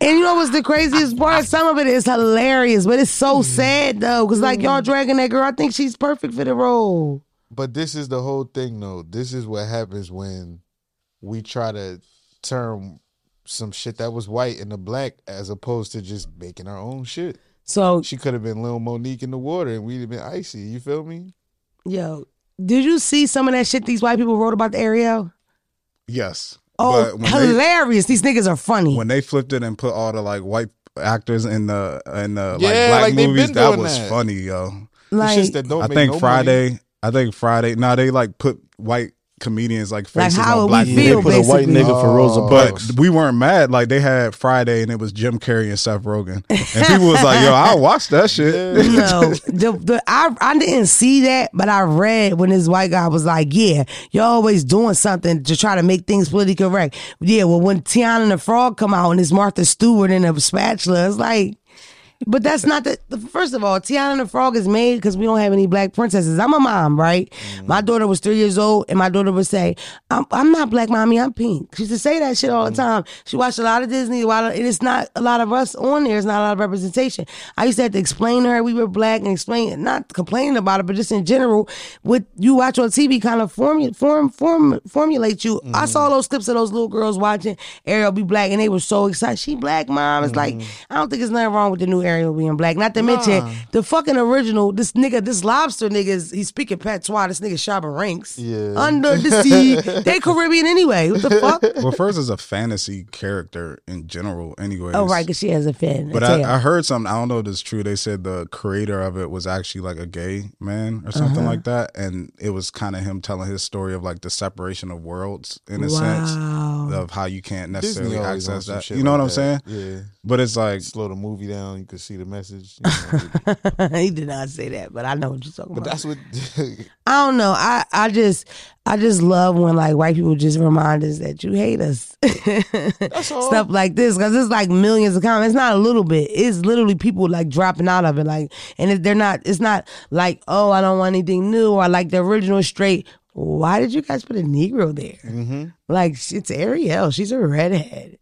S2: and you know what's the craziest part? Some of it is hilarious, but it's so
S1: Mm-hmm.
S2: sad though, because like y'all dragging that girl. I think she's perfect for the role.
S1: But this is the whole thing, though. This is what happens when we try to turn some shit that was white into black, as opposed to just making our own shit.
S2: So,
S1: She could have been Lil Monique in the water, and we'd have been icy. You feel me?
S2: yo, did you see some of that shit these white people wrote about the Ariel?
S4: Yes.
S2: Oh,
S4: when they-
S2: hilarious. these niggas are funny.
S4: when they flipped it and put all the like white actors in the in the
S1: Yeah,
S4: like black
S1: like, they've
S4: movies,
S1: been
S4: that
S1: doing
S4: was
S1: that.
S4: funny, yo.
S1: It's
S2: like,
S1: just that don't
S4: I
S1: make
S4: think
S1: no
S4: Friday, I think Friday. Now they like put white comedians like
S2: like
S4: faces
S2: how
S4: on
S2: would
S4: black
S2: we
S4: people.
S2: feel,
S3: They put a white
S2: basically?
S3: nigga for Rosa
S1: Oh.
S3: Parks.
S4: But we weren't mad. Like they had Friday and it was Jim Carrey and Seth Rogen, and people was like, "Yo, I watched that shit."
S2: no, the, the I I didn't see that, but I read when this white guy was like, "Yeah, you're always doing something to try to make things politically correct." Yeah, well, when Tiana and the Frog come out and it's Martha Stewart and a spatula, it's like, but that's not the, the- first of all. Tiana and the Frog is made because we don't have any black princesses. I'm a mom, right? My daughter was three years old, and my daughter would say, "I'm I'm not black, mommy, I'm pink." She used to say that shit all the time. She watched a lot of Disney, a lot of- and it's not a lot of us on there. It's not a lot of representation. I used to have to explain to her we were black and explain, not complaining about it, but just in general, what you watch on TV kind of form form form formulate you. I saw those clips of those little girls watching Ariel be black, and they were so excited. She black, mom. It's like I don't think there's nothing wrong with the new Ariel being black. Not to mention the fucking original. This nigga, this lobster nigga, is, he's speaking patois. This nigga Shabba Ranks.
S1: Yeah.
S2: Under the sea, they Caribbean anyway. What the fuck?
S4: well, first is a fantasy character in general, anyway.
S2: oh right, because she has a fan.
S4: But
S2: That's it.
S4: I, I heard something. I don't know if it's true. They said the creator of it was actually like a gay man or something
S2: Uh-huh.
S4: like that, and it was kind of him telling his story of like the separation of worlds in
S2: Wow.
S4: a sense of how you can't
S1: Disney
S4: necessarily
S1: always on
S4: access
S1: some
S4: that.
S1: shit
S4: You know
S1: like
S4: what I'm saying?
S1: that. Yeah.
S4: But it's like
S1: Slow the movie down. You can see the message. you know.
S2: he did not say that, but I know what you're talking
S1: but
S2: about.
S1: that's what.
S2: I don't know. I, I just I just love when like white people just remind us that you hate us.
S1: all.
S2: Stuff like this because it's like millions of comments. It's not a little bit. It's literally people like dropping out of it. Like and if they're not, it's not like oh I don't want anything new or I like the original straight. Why did you guys put a Negro there?
S1: Mm-hmm.
S2: Like it's Ariel. She's a redhead.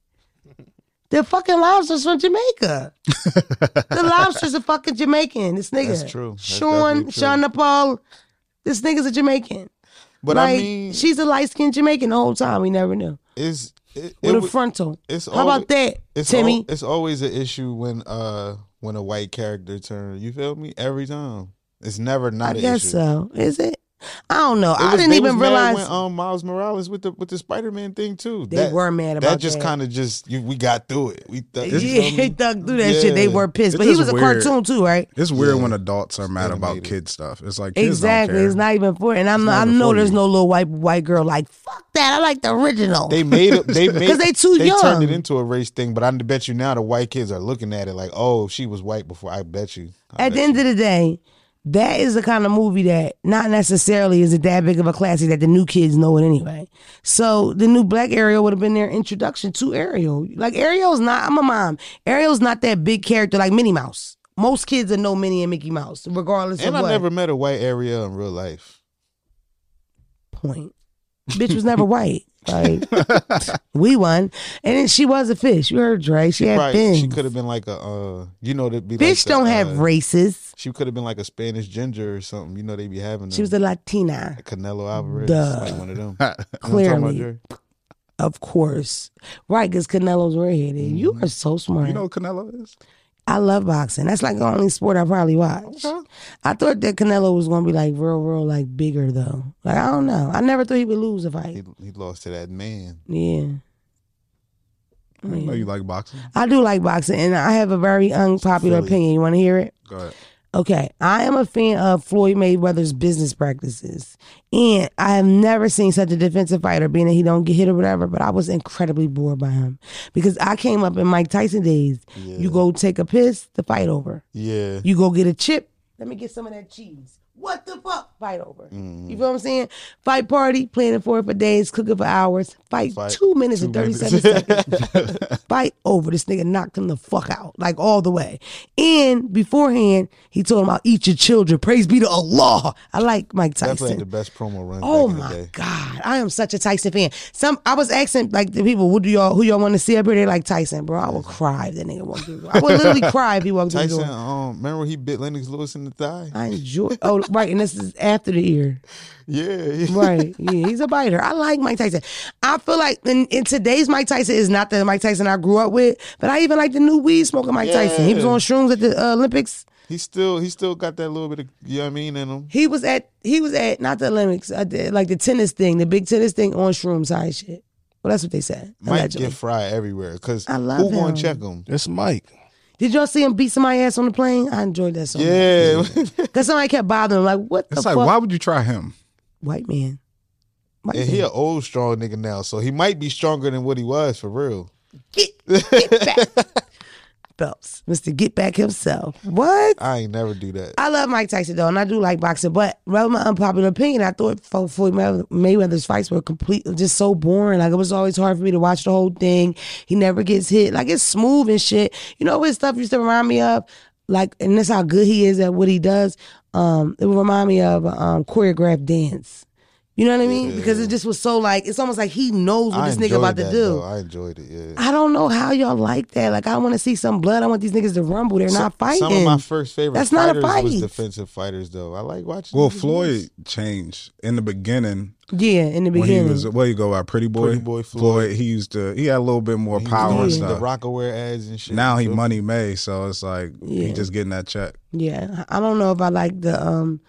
S2: The fucking lobster's from Jamaica. the lobster's a fucking Jamaican. This nigga.
S1: That's true. That's
S2: Sean,
S1: definitely true.
S2: Sean Paul. This nigga's a Jamaican.
S1: But
S2: like,
S1: I mean,
S2: she's a light skinned Jamaican the whole time. We never knew.
S1: it's it,
S2: With
S1: it
S2: a
S1: wa-
S2: frontal.
S1: it's
S2: How
S1: always-
S2: about that,
S1: It's al-
S2: Timmy?
S1: it's always an issue when uh when a white character turns. You feel me? Every time. It's never
S2: I
S1: not an
S2: guess
S1: issue.
S2: so. Is it? I don't know.
S1: It
S2: I
S1: was-
S2: didn't
S1: they
S2: even
S1: was mad
S2: realize
S1: when, um Miles Morales with the with the Spider Man thing too.
S2: They were mad
S1: that.
S2: about
S1: just
S2: that.
S1: kind of just you, we got through it. We th-
S2: yeah, they thug through that shit. They
S1: Yeah.
S2: were pissed,
S4: It's
S2: but he
S4: just
S2: was a
S4: weird.
S2: cartoon too, right?
S4: it's weird when adults are mad about
S1: animated.
S4: kid stuff. It's like kids
S2: Exactly.
S4: Don't care.
S2: It's not even for. And I'm.
S4: not
S2: I
S4: even
S2: know
S4: for
S2: there's
S4: you.
S2: no little white white girl like fuck that. I like the original.
S1: They made it. They made
S2: 'Cause they too
S1: turned it
S2: young.
S1: into a race thing. But I bet you now the white kids are looking at it like, oh, she was white before. I bet you. I
S2: At
S1: bet
S2: the end of the day, that is the kind of movie that not necessarily is it that big of a classic that the new kids know it anyway. So the new Black Ariel would have been their introduction to Ariel. Like Ariel's not. I'm a mom. Ariel's not that big character like Minnie Mouse. Most kids will know Minnie and Mickey Mouse, regardless
S1: And
S2: of
S1: I
S2: what
S1: never met a white Ariel in real life.
S2: point. Bitch was never white. Like we won, and then she was a fish. You heard Dre. She, had
S1: Right.
S2: fins.
S1: She could have been like a, uh, you know, that'd be like
S2: Fish
S1: the,
S2: don't have
S1: uh,
S2: races.
S1: She could have been like a Spanish ginger or something. You know, they be having.
S2: She was
S1: them.
S2: a Latina,
S1: Canelo Alvarez,
S2: Duh.
S1: like one of them.
S2: clearly, of course. Right, because Canelo's redheaded. You are so smart.
S4: Mm-hmm. You know what Canelo is?
S2: I love boxing. That's like the only sport I probably watch. I thought that Canelo was gonna be like real, real, like bigger though. Like I don't know. I never thought he would lose a
S1: He,
S2: fight.
S1: he lost to that man.
S2: Yeah.
S4: I didn't know you like boxing.
S2: I do like boxing, and I have a very unpopular
S1: Philly.
S2: opinion. You want to hear it?
S4: Go ahead.
S2: Okay, I am a fan of Floyd Mayweather's business practices, and I have never seen such a defensive fighter, being that he don't get hit or whatever. But I was incredibly bored by him because I came up in Mike Tyson days.
S1: Yeah.
S2: You go take a piss, the fight over.
S1: Yeah.
S2: You go get a chip. Let me get some of that cheese. What the fuck? Fight over. You feel what I'm saying? Fight party, planning for it for days, cooking for hours. Fight,
S1: Fight.
S2: two minutes and 37 seconds
S1: seconds.
S2: fight over. This nigga knocked him the fuck out, like all the way. And beforehand, he told him, I'll eat your children. Praise be to Allah. I like Mike
S1: Definitely had the
S2: Tyson.
S1: best promo run.
S2: Oh
S1: back in the
S2: my
S1: day.
S2: God. I am such a Tyson fan. Some I was asking like the people, what do y'all who y'all want to see up here? They like Tyson, bro. I would cry if that nigga walked through. the door. I would literally cry if he walked through
S1: Tyson,
S2: the door.
S1: um, remember he bit Lennox Lewis in the thigh?
S2: I enjoy oh right, and this is after the ear.
S1: Yeah. yeah.
S2: Right. Yeah, he's a biter. I like Mike Tyson. I feel like in, in today's Mike Tyson is not the Mike Tyson I grew up with, but I even like the new weed smoking Mike Tyson. He was
S1: Yeah.
S2: on shrooms at the uh, Olympics.
S1: He still he still got that little bit of you know what I mean in him.
S2: He was at he was at not the Olympics, uh, the- like the tennis thing, the big tennis thing on shrooms high shit. Well, that's what they said.
S1: Might
S2: allegedly.
S1: get fried everywhere because
S2: I
S1: who
S2: love him.
S1: gonna check him?
S3: It's Mike.
S2: Did y'all see him beat somebody ass on the plane? I enjoyed that so much.
S1: Yeah,
S2: Cause somebody kept bothering him, like what the
S4: It's like,
S2: fuck,
S4: why would you try him?
S2: white man. White
S1: and he
S2: man.
S1: an old strong nigga now, so he might be stronger than what he was for real.
S2: Get, get back, Phelps, Mister Get Back himself. What?
S1: I ain't never do that.
S2: I love Mike Tyson though, and I do like boxing. But rather my unpopular opinion, I thought Fo- Floyd May- Mayweather's fights were complete, just so boring. Like it was always hard for me to watch the whole thing. He never gets hit. Like it's smooth and shit. You know what stuff used to remind me of? Like, and that's how good he is at what he does. Um, it would remind me of um, choreographed dance. You know what I mean? Because it just was so like it's almost like he knows what
S1: I
S2: this nigga about
S1: enjoyed
S2: to
S1: that,
S2: do.
S1: though. I enjoyed it. Yeah.
S2: I don't know how y'all like that. Like I want to see some blood. I want these niggas to rumble. They're not fighting.
S1: Some of my first favorite
S2: That's not a
S1: fighters was
S2: fight.
S1: defensive fighters though. I like watching.
S4: Well,
S1: them.
S4: Floyd changed in the beginning
S2: yeah, in the
S4: when
S2: beginning.
S4: he was where you go by Pretty Boy.
S1: Pretty Boy Floyd.
S4: He used to he had a little bit more
S1: He was
S4: power and
S1: doing
S4: stuff.
S1: the Rockaware ads and shit.
S4: now he
S1: Feel me?
S4: money made, so it's like
S2: Yeah.
S4: he just getting that check.
S2: Yeah, I I don't know if I like the um,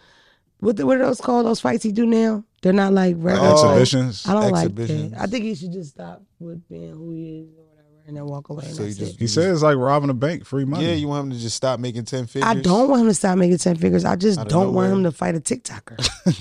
S2: what the, what are those called? Those fights he do now? They're not like regular.
S1: Oh,
S4: Exhibitions.
S2: I don't like
S1: exhibitions.
S2: that. I think he should just stop with being who he is or whatever, and then walk away. And
S1: So you
S2: that's
S1: just-
S2: it.
S4: He says like robbing a bank, free money.
S1: Yeah, you want him to just stop making ten figures?
S2: I don't want him to stop making ten figures. I just
S1: Out of
S2: don't want
S1: nowhere.
S2: him to fight a TikToker.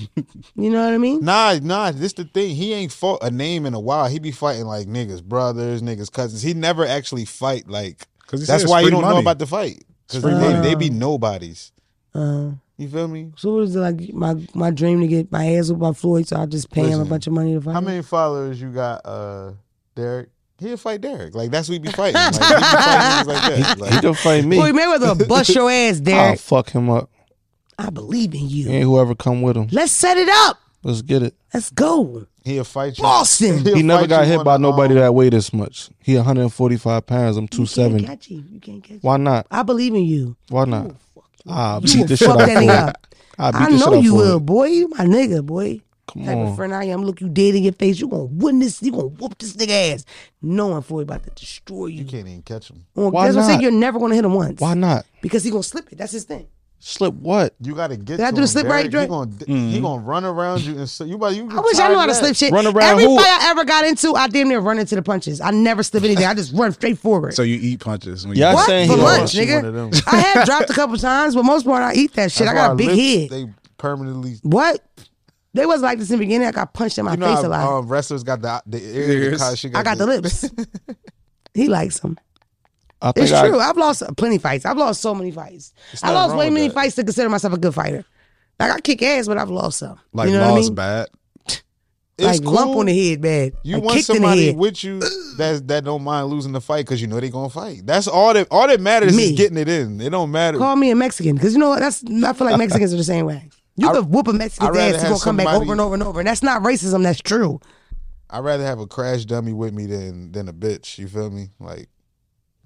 S2: you know what I mean?
S1: Nah, nah. This the thing. He ain't fought a name in a while. He be fighting like niggas, brothers, niggas, cousins. He never actually fight like.
S4: 'Cause he
S1: That's
S4: said it's
S1: why you
S4: free
S1: don't know
S4: money.
S1: about the fight. Cause
S4: free
S1: they,
S4: money.
S1: they be nobodies.
S2: Uh,
S1: You feel me?
S2: so it was like my my dream to get my ass with by Floyd, so I just pay him a
S1: Listen,
S2: bunch of money to fight.
S1: How
S2: him.
S1: many followers you got, uh, Derek? He'll fight Derek. Like that's what he be fighting. Like, he be fighting niggas like that.
S3: He
S1: Like,
S3: can fight me.
S2: Floyd Mayweather will bust your ass,
S3: I'll
S2: Derek.
S3: fuck him up.
S2: I believe in you.
S3: And whoever come with him.
S2: Let's set it up.
S3: Let's get it.
S2: Let's go,
S1: he'll fight you.
S2: Boston.
S1: He'll
S3: He never
S1: fight
S3: got
S1: you
S3: hit
S1: on
S3: by
S1: a,
S3: nobody
S1: um,
S3: that weigh this much. He 145 pounds. I'm 270.
S2: You can't catch him. You can't catch him.
S3: Why not?
S2: I believe in you.
S3: Why not? Ah,
S2: You
S3: beat
S2: will
S3: the shit
S2: fuck
S3: out
S2: that nigga
S3: for it.
S2: up.
S3: I beat
S2: I
S3: the shit
S2: know
S3: out
S2: you
S3: for
S2: will,
S3: it.
S2: boy. You my nigga, boy.
S3: Come
S2: type of
S3: on.
S2: friend I am. Look you dead in your face. You gonna witness. You gonna whoop this nigga ass, knowing Floyd about to destroy you.
S1: You can't even catch him.
S2: On-
S3: Why
S2: That's what I'm saying.
S3: not?
S2: You're never gonna hit him once.
S3: Why not?
S2: Because he gonna slip it. That's his thing.
S3: Slip what?
S1: You gotta get.
S2: Did I
S1: to
S2: do the
S1: him,
S2: slip right,
S1: Derek.
S2: Dre?
S1: He gonna he gonna run around you and so you. about- you
S2: I wish I knew how to
S1: tired of
S2: slip
S1: that.
S2: shit.
S3: Run around
S2: Every
S3: who?
S2: fight I ever got into, I damn near run into the punches. I never slip anything. I just run straight forward.
S4: So you eat punches. When you
S3: Y'all
S2: what
S3: saying
S2: for
S3: he-
S2: lunch,
S1: She one of them.
S2: nigga? I have dropped a couple times, but most part I eat that shit.
S1: That's
S2: I got
S1: why
S2: a big head.
S1: lips, They permanently
S2: What? They wasn't like this in the beginning. I got punched in my
S1: You know
S2: face a
S1: how,
S2: lot.
S1: um, wrestlers got the the ears.
S4: Ears.
S1: She
S2: I got the lips. he likes them.
S1: Oh
S3: I think
S2: It's
S3: I,
S2: true. I've lost plenty fights. I've lost so many fights. I
S1: nothing
S2: lost
S1: wrong
S2: way
S1: with
S2: many
S1: that.
S2: fights to consider myself a good fighter. Like I kick ass, but I've lost some.
S4: like
S2: you know
S4: laws
S2: what I mean?
S4: bad.
S1: It's
S2: like
S1: cool.
S2: lump on the head, bad.
S1: You
S2: Like,
S1: want
S2: kicked in the
S1: somebody
S2: head.
S1: with you that that don't mind losing the fight because you know they gonna fight. That's all that all that matters
S2: Me.
S1: is getting it in. It don't matter.
S2: Call me a Mexican, because you know what? That's I feel like Mexicans are the same way. You could whoop a Mexican
S1: I'd rather
S2: dance and
S1: have
S2: gonna come back
S1: somebody-
S2: over and over and over. And that's not racism, that's true.
S1: I'd rather have a crash dummy with me than than a bitch. You feel me? Like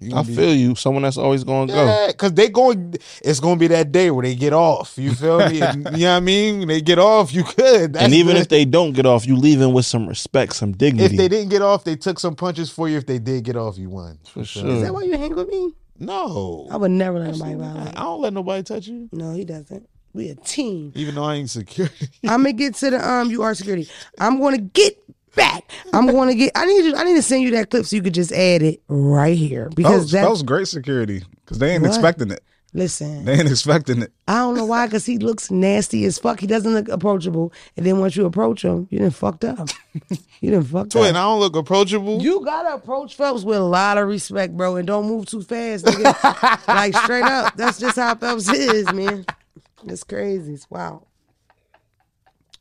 S1: you
S3: I
S1: gonna be-
S3: feel you. Someone that's always going to go.
S1: Yeah, cause they going. It's gonna be that day where they get off. You feel me? And, you know what I mean? When they get off, you could. That's
S3: and even
S1: good.
S3: if they don't get off, you leave in with some respect, some dignity.
S1: if they didn't get off, they took some punches for you. If they did get off, you won.
S3: for
S2: Is
S3: sure.
S2: that why you hang with me?
S1: No,
S2: I would never let nobody
S1: I
S2: violate.
S1: don't let nobody touch you.
S2: No, he doesn't. We a team.
S1: Even though I ain't secure.
S2: I'm gonna get to the um. You are security. I'm gonna get back. I'm gonna get. I need you. I need to send you that clip so you could just add it right here
S4: That
S2: because
S4: was, that
S2: that.
S4: was great security because they ain't
S2: What?
S4: expecting it.
S2: Listen,
S4: They ain't expecting it.
S2: I don't know why because he looks nasty as fuck. He doesn't look approachable, and then once you approach him, you done fucked up. you done fucked
S1: Twin, I
S2: up.
S1: don't look approachable.
S2: You gotta approach Phelps with a lot of respect, bro, and don't move too fast. Nigga. like straight up, that's just how Phelps is, man. It's crazy. It's wild.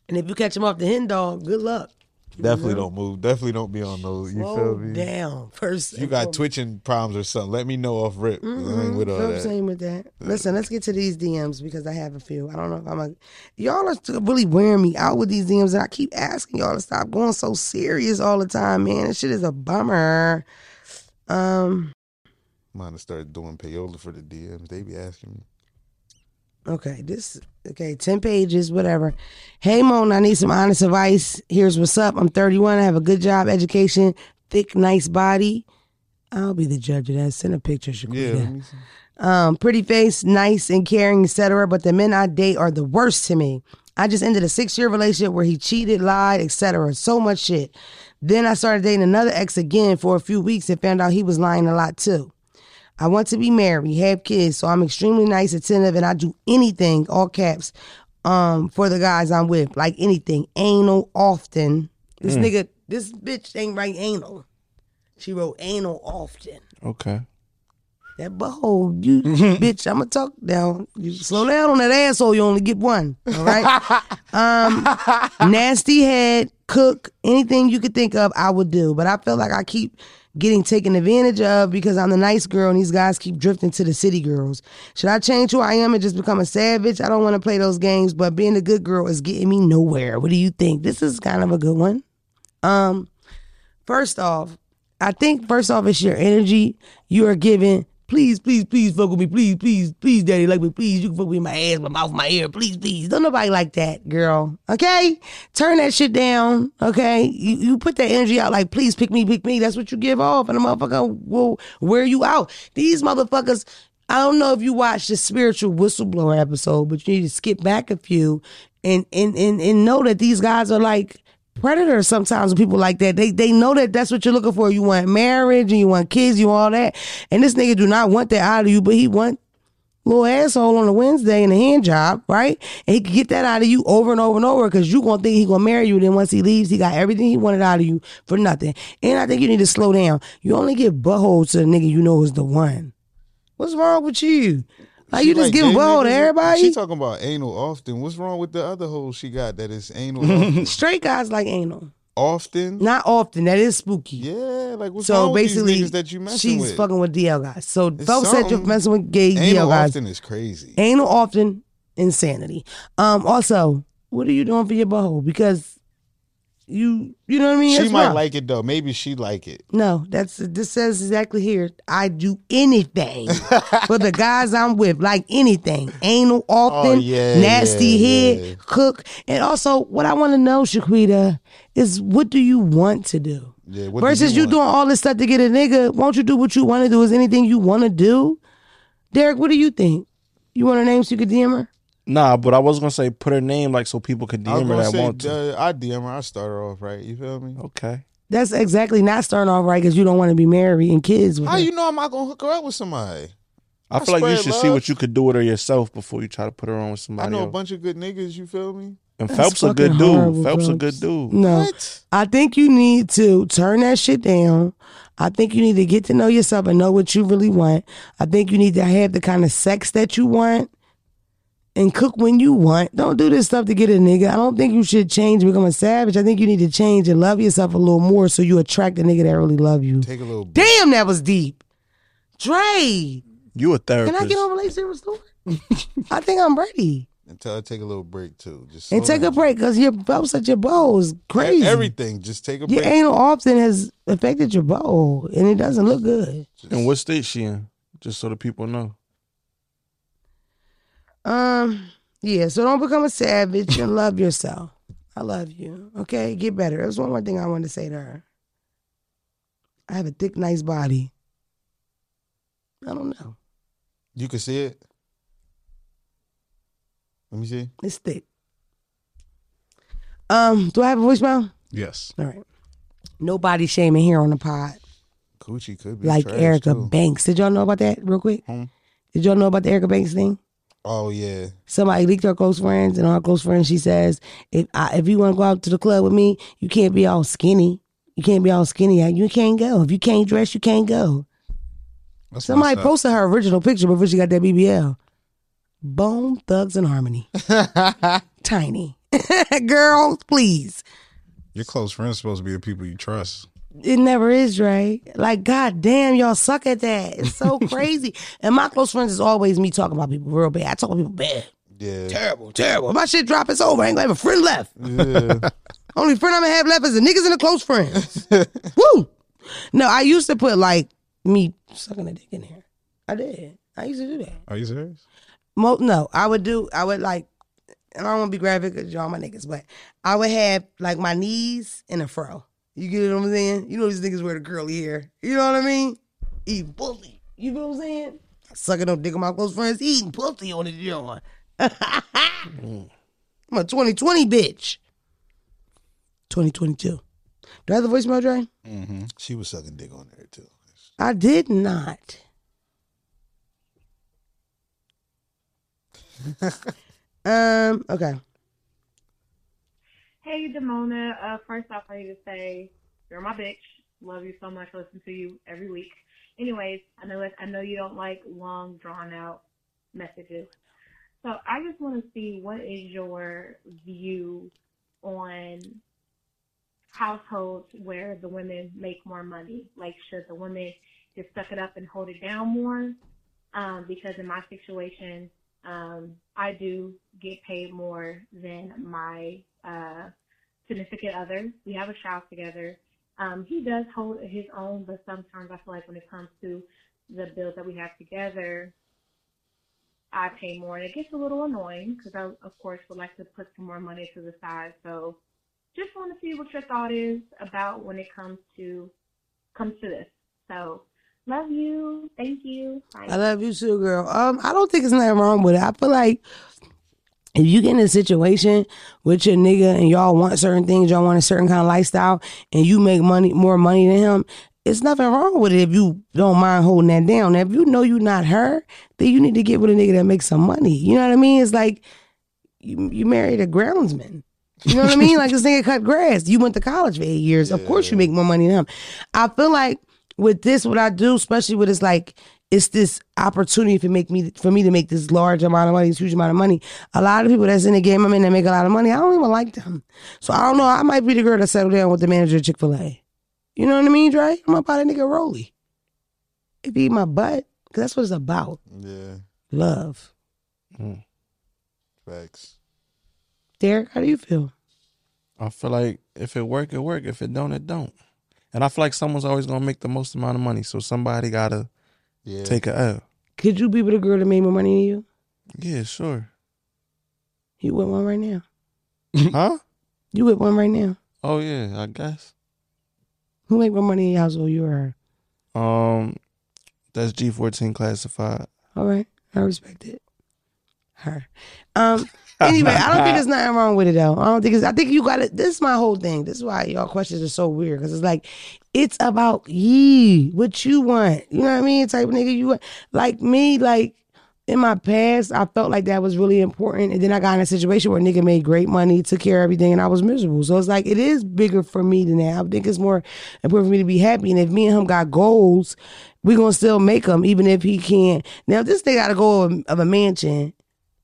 S2: And if you catch him off the hen dog, good luck.
S1: Definitely don't move. Definitely don't be on those. You feel
S2: Slow
S1: me?
S2: down, first.
S1: You got twitching problems or something. Let me know off rip. 'cause I
S3: Mm-hmm.
S1: ain't with all
S2: I'm
S1: that.
S2: saying with that. Listen, let's get to these DMs because I have a few. I don't know if I'm a. Y'all are still really wearing me out with these DMs, and I keep asking y'all to stop going so serious all the time, man. This shit is a bummer. Um.
S1: Might have started doing payola for the DMs. They be asking me.
S2: Okay. This. Okay. Ten pages. Whatever. Hey, Moan. I need some honest advice. Here's what's up. I'm 31. I have a good job, education, thick, nice body. I'll be the judge of that. Send a picture,
S1: Yeah,
S2: Shaquita.
S1: let me see.
S2: um, pretty face, nice and caring, etc. But the men I date are the worst to me. I just ended a six year relationship where he cheated, lied, etc. So much shit. Then I started dating another ex again for a few weeks and found out he was lying a lot too. I want to be married, have kids, so I'm extremely nice, attentive, and I do anything, all caps, um, for the guys I'm with. Like anything. Anal often. This nigga, this bitch ain't right anal. She wrote anal often.
S3: Okay.
S2: That butthole, you bitch, I'ma talk down. You slow down on that asshole, you only get one. All right. um nasty head, cook, anything you could think of, I would do. But I feel like I keep getting taken advantage of because I'm the nice girl and these guys keep drifting to the city girls. Should I change who I am and just become a savage? I don't want to play those games, but being a good girl is getting me nowhere. What do you think? This is kind of a good one. Um, first off, I think first off it's your energy you are giving. Please, please, please fuck with me. Please, please, please, daddy, like me. Please, you can fuck with my ass, my mouth, my ear. Please, please. Don't nobody like that, girl. Okay? Turn that shit down. Okay? You, you put that energy out like, please pick me, pick me. That's what you give off. And the motherfucker will wear you out. These motherfuckers, I don't know if you watched the spiritual whistleblower episode, but you need to skip back a few and and and, and know that these guys are like predators sometimes with people like that. They they know that that's what you're looking for. You want marriage and you want kids, you want all that. And this nigga do not want that out of you, but he want little asshole on a Wednesday and a hand job, right? And he could get that out of you over and over and over because you gonna think he gonna marry you. Then once he leaves, he got everything he wanted out of you for nothing. And I think you need to slow down. You only give buttholes to the nigga you know is the one. What's wrong with you? Like
S1: She
S2: you just giving
S1: dating
S2: butthole to
S1: niggas?
S2: everybody?
S1: She talking about anal often. What's wrong with the other hole she got that is anal often?
S2: Straight guys like anal.
S1: often?
S2: Not often. That is spooky.
S1: Yeah, like what's
S2: so
S1: wrong with
S2: basically,
S1: these niggas that you messing
S2: she's
S1: with?
S2: fucking with DL guys. So folks said you're
S1: something.
S2: messing with gay
S1: anal
S2: DL guys.
S1: often is crazy.
S2: Anal often insanity. Um, also, what are you doing for your butthole? Because you, you know what I mean.
S1: She
S2: That's
S1: might
S2: wrong.
S1: like it though. Maybe she like it.
S2: No, that's this says exactly here. I do anything for the guys I'm with, like anything. Anal often,
S1: Oh, yeah,
S2: nasty
S1: yeah,
S2: head,
S1: yeah.
S2: cook, and also what I want to know, Shaquita, is what do you want to do?
S1: Yeah. What do
S2: Versus you,
S1: want?
S2: doing all this stuff to get a nigga, won't you do what you want to do? Is anything you want to do? Derek, what do you think? You want her name so you can DM her?
S3: Nah, but I was gonna say put her name like so people could
S1: I was
S3: DM her
S1: gonna
S3: that
S1: say,
S3: want to.
S1: uh, I DM her. I start her off right. You feel me?
S3: Okay.
S2: That's exactly not starting off right because you don't want to be married and kids. With
S1: How
S2: her.
S1: you know I'm not gonna hook her up with somebody?
S3: I,
S1: I
S3: feel like you
S1: spread
S3: should see
S1: love.
S3: what you could do with her yourself before you try to put her on with
S1: I
S3: somebody
S1: know a
S3: else.
S1: bunch of good niggas. You feel me?
S3: and
S2: That's
S3: Phelps a good
S2: fucking
S3: dude.
S2: horrible,
S3: Phelps a
S2: Phelps.
S3: good dude.
S2: No.
S1: What?
S2: I think you need to turn that shit down. I think you need to get to know yourself and know what you really want. I think you need to have the kind of sex that you want and cook when you want. Don't do this stuff to get a nigga. I don't think you should change and become a savage. I think you need to change and love yourself a little more so you attract a nigga that really love you.
S1: Take a little.
S2: Damn, that was deep. Dre,
S3: You a therapist.
S2: can I get on relationship restored? I think I'm ready.
S1: and tell her to take a little break too. Just
S2: And
S1: slow
S2: take a
S1: down.
S2: break because your bow's such your bowl is
S1: E-
S2: crazy.
S1: Everything, just take a
S2: your
S1: break.
S2: anal often has affected your bowl and it doesn't look good.
S3: And what state she in? Just so the people know.
S2: Um, yeah, so don't become a savage and love yourself. I love you. Okay, get better. There's one more thing I wanted to say to her. I have a thick, nice body. I don't know.
S1: You can see it. Let me see.
S2: It's thick. Um, do I have a voicemail?
S4: Yes.
S2: All right. Nobody shaming here on the pod.
S1: Coochie could be
S2: Like
S1: trash,
S2: Erica
S1: too.
S2: Banks. Did y'all know about that real quick?
S1: Hmm.
S2: Did y'all know about the Erica Banks thing?
S1: Oh yeah,
S2: somebody leaked her close friends, and her close friend she says, "If I, if you want to go out to the club with me, you can't be all skinny. You can't be all skinny. You can't go. If you can't dress, you can't go."
S4: That's
S2: Somebody
S4: messed up.
S2: posted her original picture before she got that BBL. Bone Thugs and Harmony, tiny girl, please.
S4: Your close friends supposed to be the people you trust.
S2: It never is, Dre. Like, god damn, y'all suck at that. It's so crazy. and my close friends is always me talking about people real bad. I talk about people bad.
S1: yeah,
S2: Terrible, terrible. If my shit drop, it's over. I ain't gonna have a friend left.
S1: yeah.
S2: Only friend I'm gonna have left is the niggas and the close friends. Woo! No, I used to put like me sucking a dick in here. I did. I used to do that.
S4: Are you serious?
S2: Mo- no, I would do. I would like. And I don't want to be graphic because y'all my niggas, but I would have like my knees in a fro. You get what I'm saying? You know these niggas wear the curly hair. You know what I mean? Eating pussy. You know what I'm saying? Sucking up dick of my close friends, eating pussy on the joint. I'm a 2020 bitch. 2022. Do I have the voicemail, Dre?
S1: Mm-hmm. She was sucking dick on there too.
S2: I did not. um. Okay.
S5: Hey, Damona. Uh, first off, I need to say you're my bitch. Love you so much. Listen to you every week. Anyways, I know I know you don't like long, drawn out messages. So I just want to see what is your view on households where the women make more money? Like, should the women just suck it up and hold it down more? Um, because in my situation, um, I do get paid more than my uh, significant other. We have a child together. Um, he does hold his own, but sometimes I feel like when it comes to the bills that we have together, I pay more, and it gets a little annoying because I, of course, would like to put some more money to the side. So, just want to see what your thought is about when it comes to comes to this. So, love you. Thank you. Bye.
S2: I love you too, girl. Um, I don't think there's nothing wrong with it. I feel like if you get in a situation with your nigga and y'all want certain things, y'all want a certain kind of lifestyle, and you make money more money than him, it's nothing wrong with it if you don't mind holding that down. Now, if you know you're not her, then you need to get with a nigga that makes some money. You know what I mean? It's like you, you married a groundsman. You know what I mean? Like this nigga cut grass. You went to college for eight years. Of course you make more money than him. I feel like with this, what I do, especially with it's like it's this opportunity for make me for me to make this large amount of money, this huge amount of money. A lot of people that's in the game I'm in that make a lot of money, I don't even like them. So I don't know. I might be the girl that settle down with the manager of Chick Fil A. You know what I mean, Dre? I'm about a nigga Roly. It be my butt, cause that's what it's about.
S1: Yeah,
S2: Love.
S1: facts.
S2: Derek, how do you feel?
S3: I feel like if it work, it work. If it don't, it don't. And I feel like someone's always gonna make the most amount of money. So somebody gotta
S1: Yeah,
S3: take a L.
S2: Could you be with a girl that made more money than you?
S3: Yeah, sure.
S2: You with one right now.
S3: huh?
S2: You with one right now.
S3: Oh yeah, I guess.
S2: Who make more money in your household? You or her?
S3: Um, that's G fourteen classified.
S2: All right, I respect it. Her. Um. Anyway, I don't think there's nothing wrong with it though. I don't think it's. I think you got it. This is my whole thing. This is why y'all questions are so weird because it's like, it's about ye, what you want. You know what I mean? Type of nigga you want. Like me, like in my past, I felt like that was really important, and then I got in a situation where a nigga made great money, took care of everything, and I was miserable. So it's like it is bigger for me than that. I think it's more important for me to be happy. And if me and him got goals, we gonna still make them, even if he can't. Now if this nigga got a goal of, of a mansion,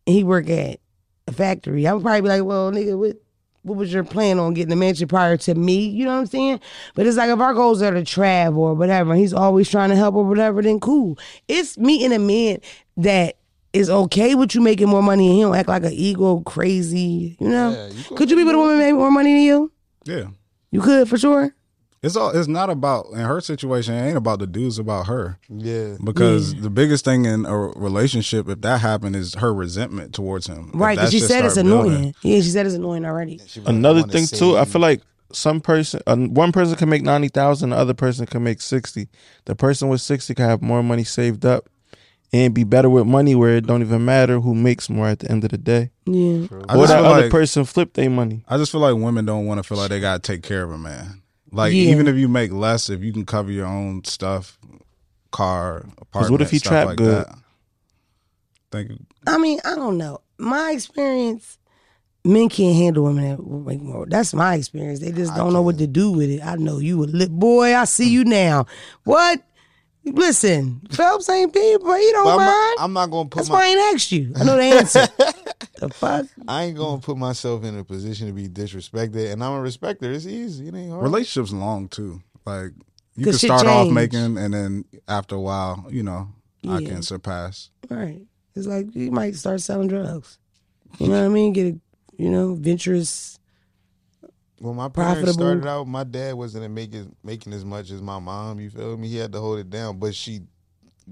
S2: and he work at a factory. I would probably be like, well, nigga, what what was your plan on getting a mansion prior to me? You know what I'm saying? But it's like if our goals are to travel or whatever, and he's always trying to help or whatever, then cool. It's meeting a man that is okay with you making more money and he don't act like an ego crazy, you know?
S1: Yeah, you go-
S2: Um, Could you be with a woman who made more money than you?
S4: Yeah.
S2: You could for sure.
S4: It's all. It's not about in her situation. It ain't about the dudes. About her
S1: Yeah.
S4: because the biggest thing in a relationship, if that happened, is her resentment towards him. If
S2: Right,
S4: that
S2: because she
S4: shit
S2: said it's
S4: start
S2: annoying.
S4: building-
S2: Yeah, she said it's annoying already.
S1: She really
S3: Another
S1: wanna
S3: thing
S1: see
S3: too, I
S1: you.
S3: feel like some person, uh, one person can make ninety thousand, the other person can make sixty. The person with sixty can have more money saved up and be better with money, where it don't even matter who makes more at the end of the day.
S2: Yeah.
S4: I
S3: or
S4: just
S3: that
S4: feel
S3: other
S4: like-
S3: person flip their money.
S4: I just feel like women don't want to feel like they gotta take care of a man. Like
S2: Yeah.
S4: even if you make less, if you can cover your own stuff, car, apartment,
S3: what if he
S4: stuff
S3: trap
S4: like
S3: good?
S4: That. Think
S2: I mean, I don't know. My experience, men can't handle women that make more. That's my experience. They just don't know what to do with it. I know you a lit boy. I see you now. What? Listen, Phelps ain't people. He don't
S1: But I'm
S2: mind.
S1: not, I'm not gonna put
S2: That's
S1: my
S2: why I ain't asked you. I know the answer. the fuck?
S1: I ain't gonna put myself in a position to be disrespected, and I'm a respecter. It's easy. It ain't hard.
S4: relationships long too. Like you
S2: 'Cause
S4: can
S2: shit
S4: start off
S2: change.
S4: making, and then after a while, you know, I
S2: Yeah.
S4: can surpass.
S2: Right. It's like you might start selling drugs. You know what I mean? Get a, you know, venturous.
S1: When my parents
S2: Profitable.
S1: started out, my dad wasn't making making as much as my mom. You feel me? He had to hold it down, but she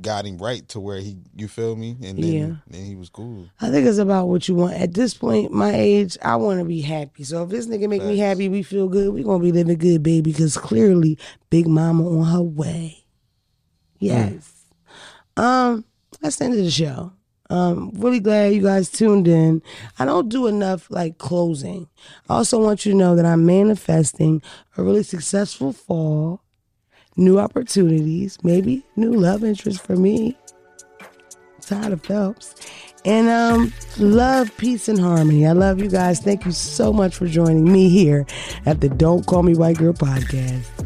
S1: got him right to where he. You feel me? And then
S2: Yeah.
S1: then he was cool.
S2: I think it's about what you want. At this point, my age, I want to be happy. So if this nigga make me
S1: Facts.
S2: happy, we feel good. We gonna be living good, baby. Because clearly, Big Mama on her way. Yes. Um, that's the end of the show. Um, really glad you guys tuned in. I don't do enough like closing. I also want you to know that I'm manifesting a really successful fall, new opportunities, maybe new love interest for me. Tired of Phelps. And um, love, peace, and harmony. I love you guys. Thank you so much for joining me here at the Don't Call Me White Girl podcast.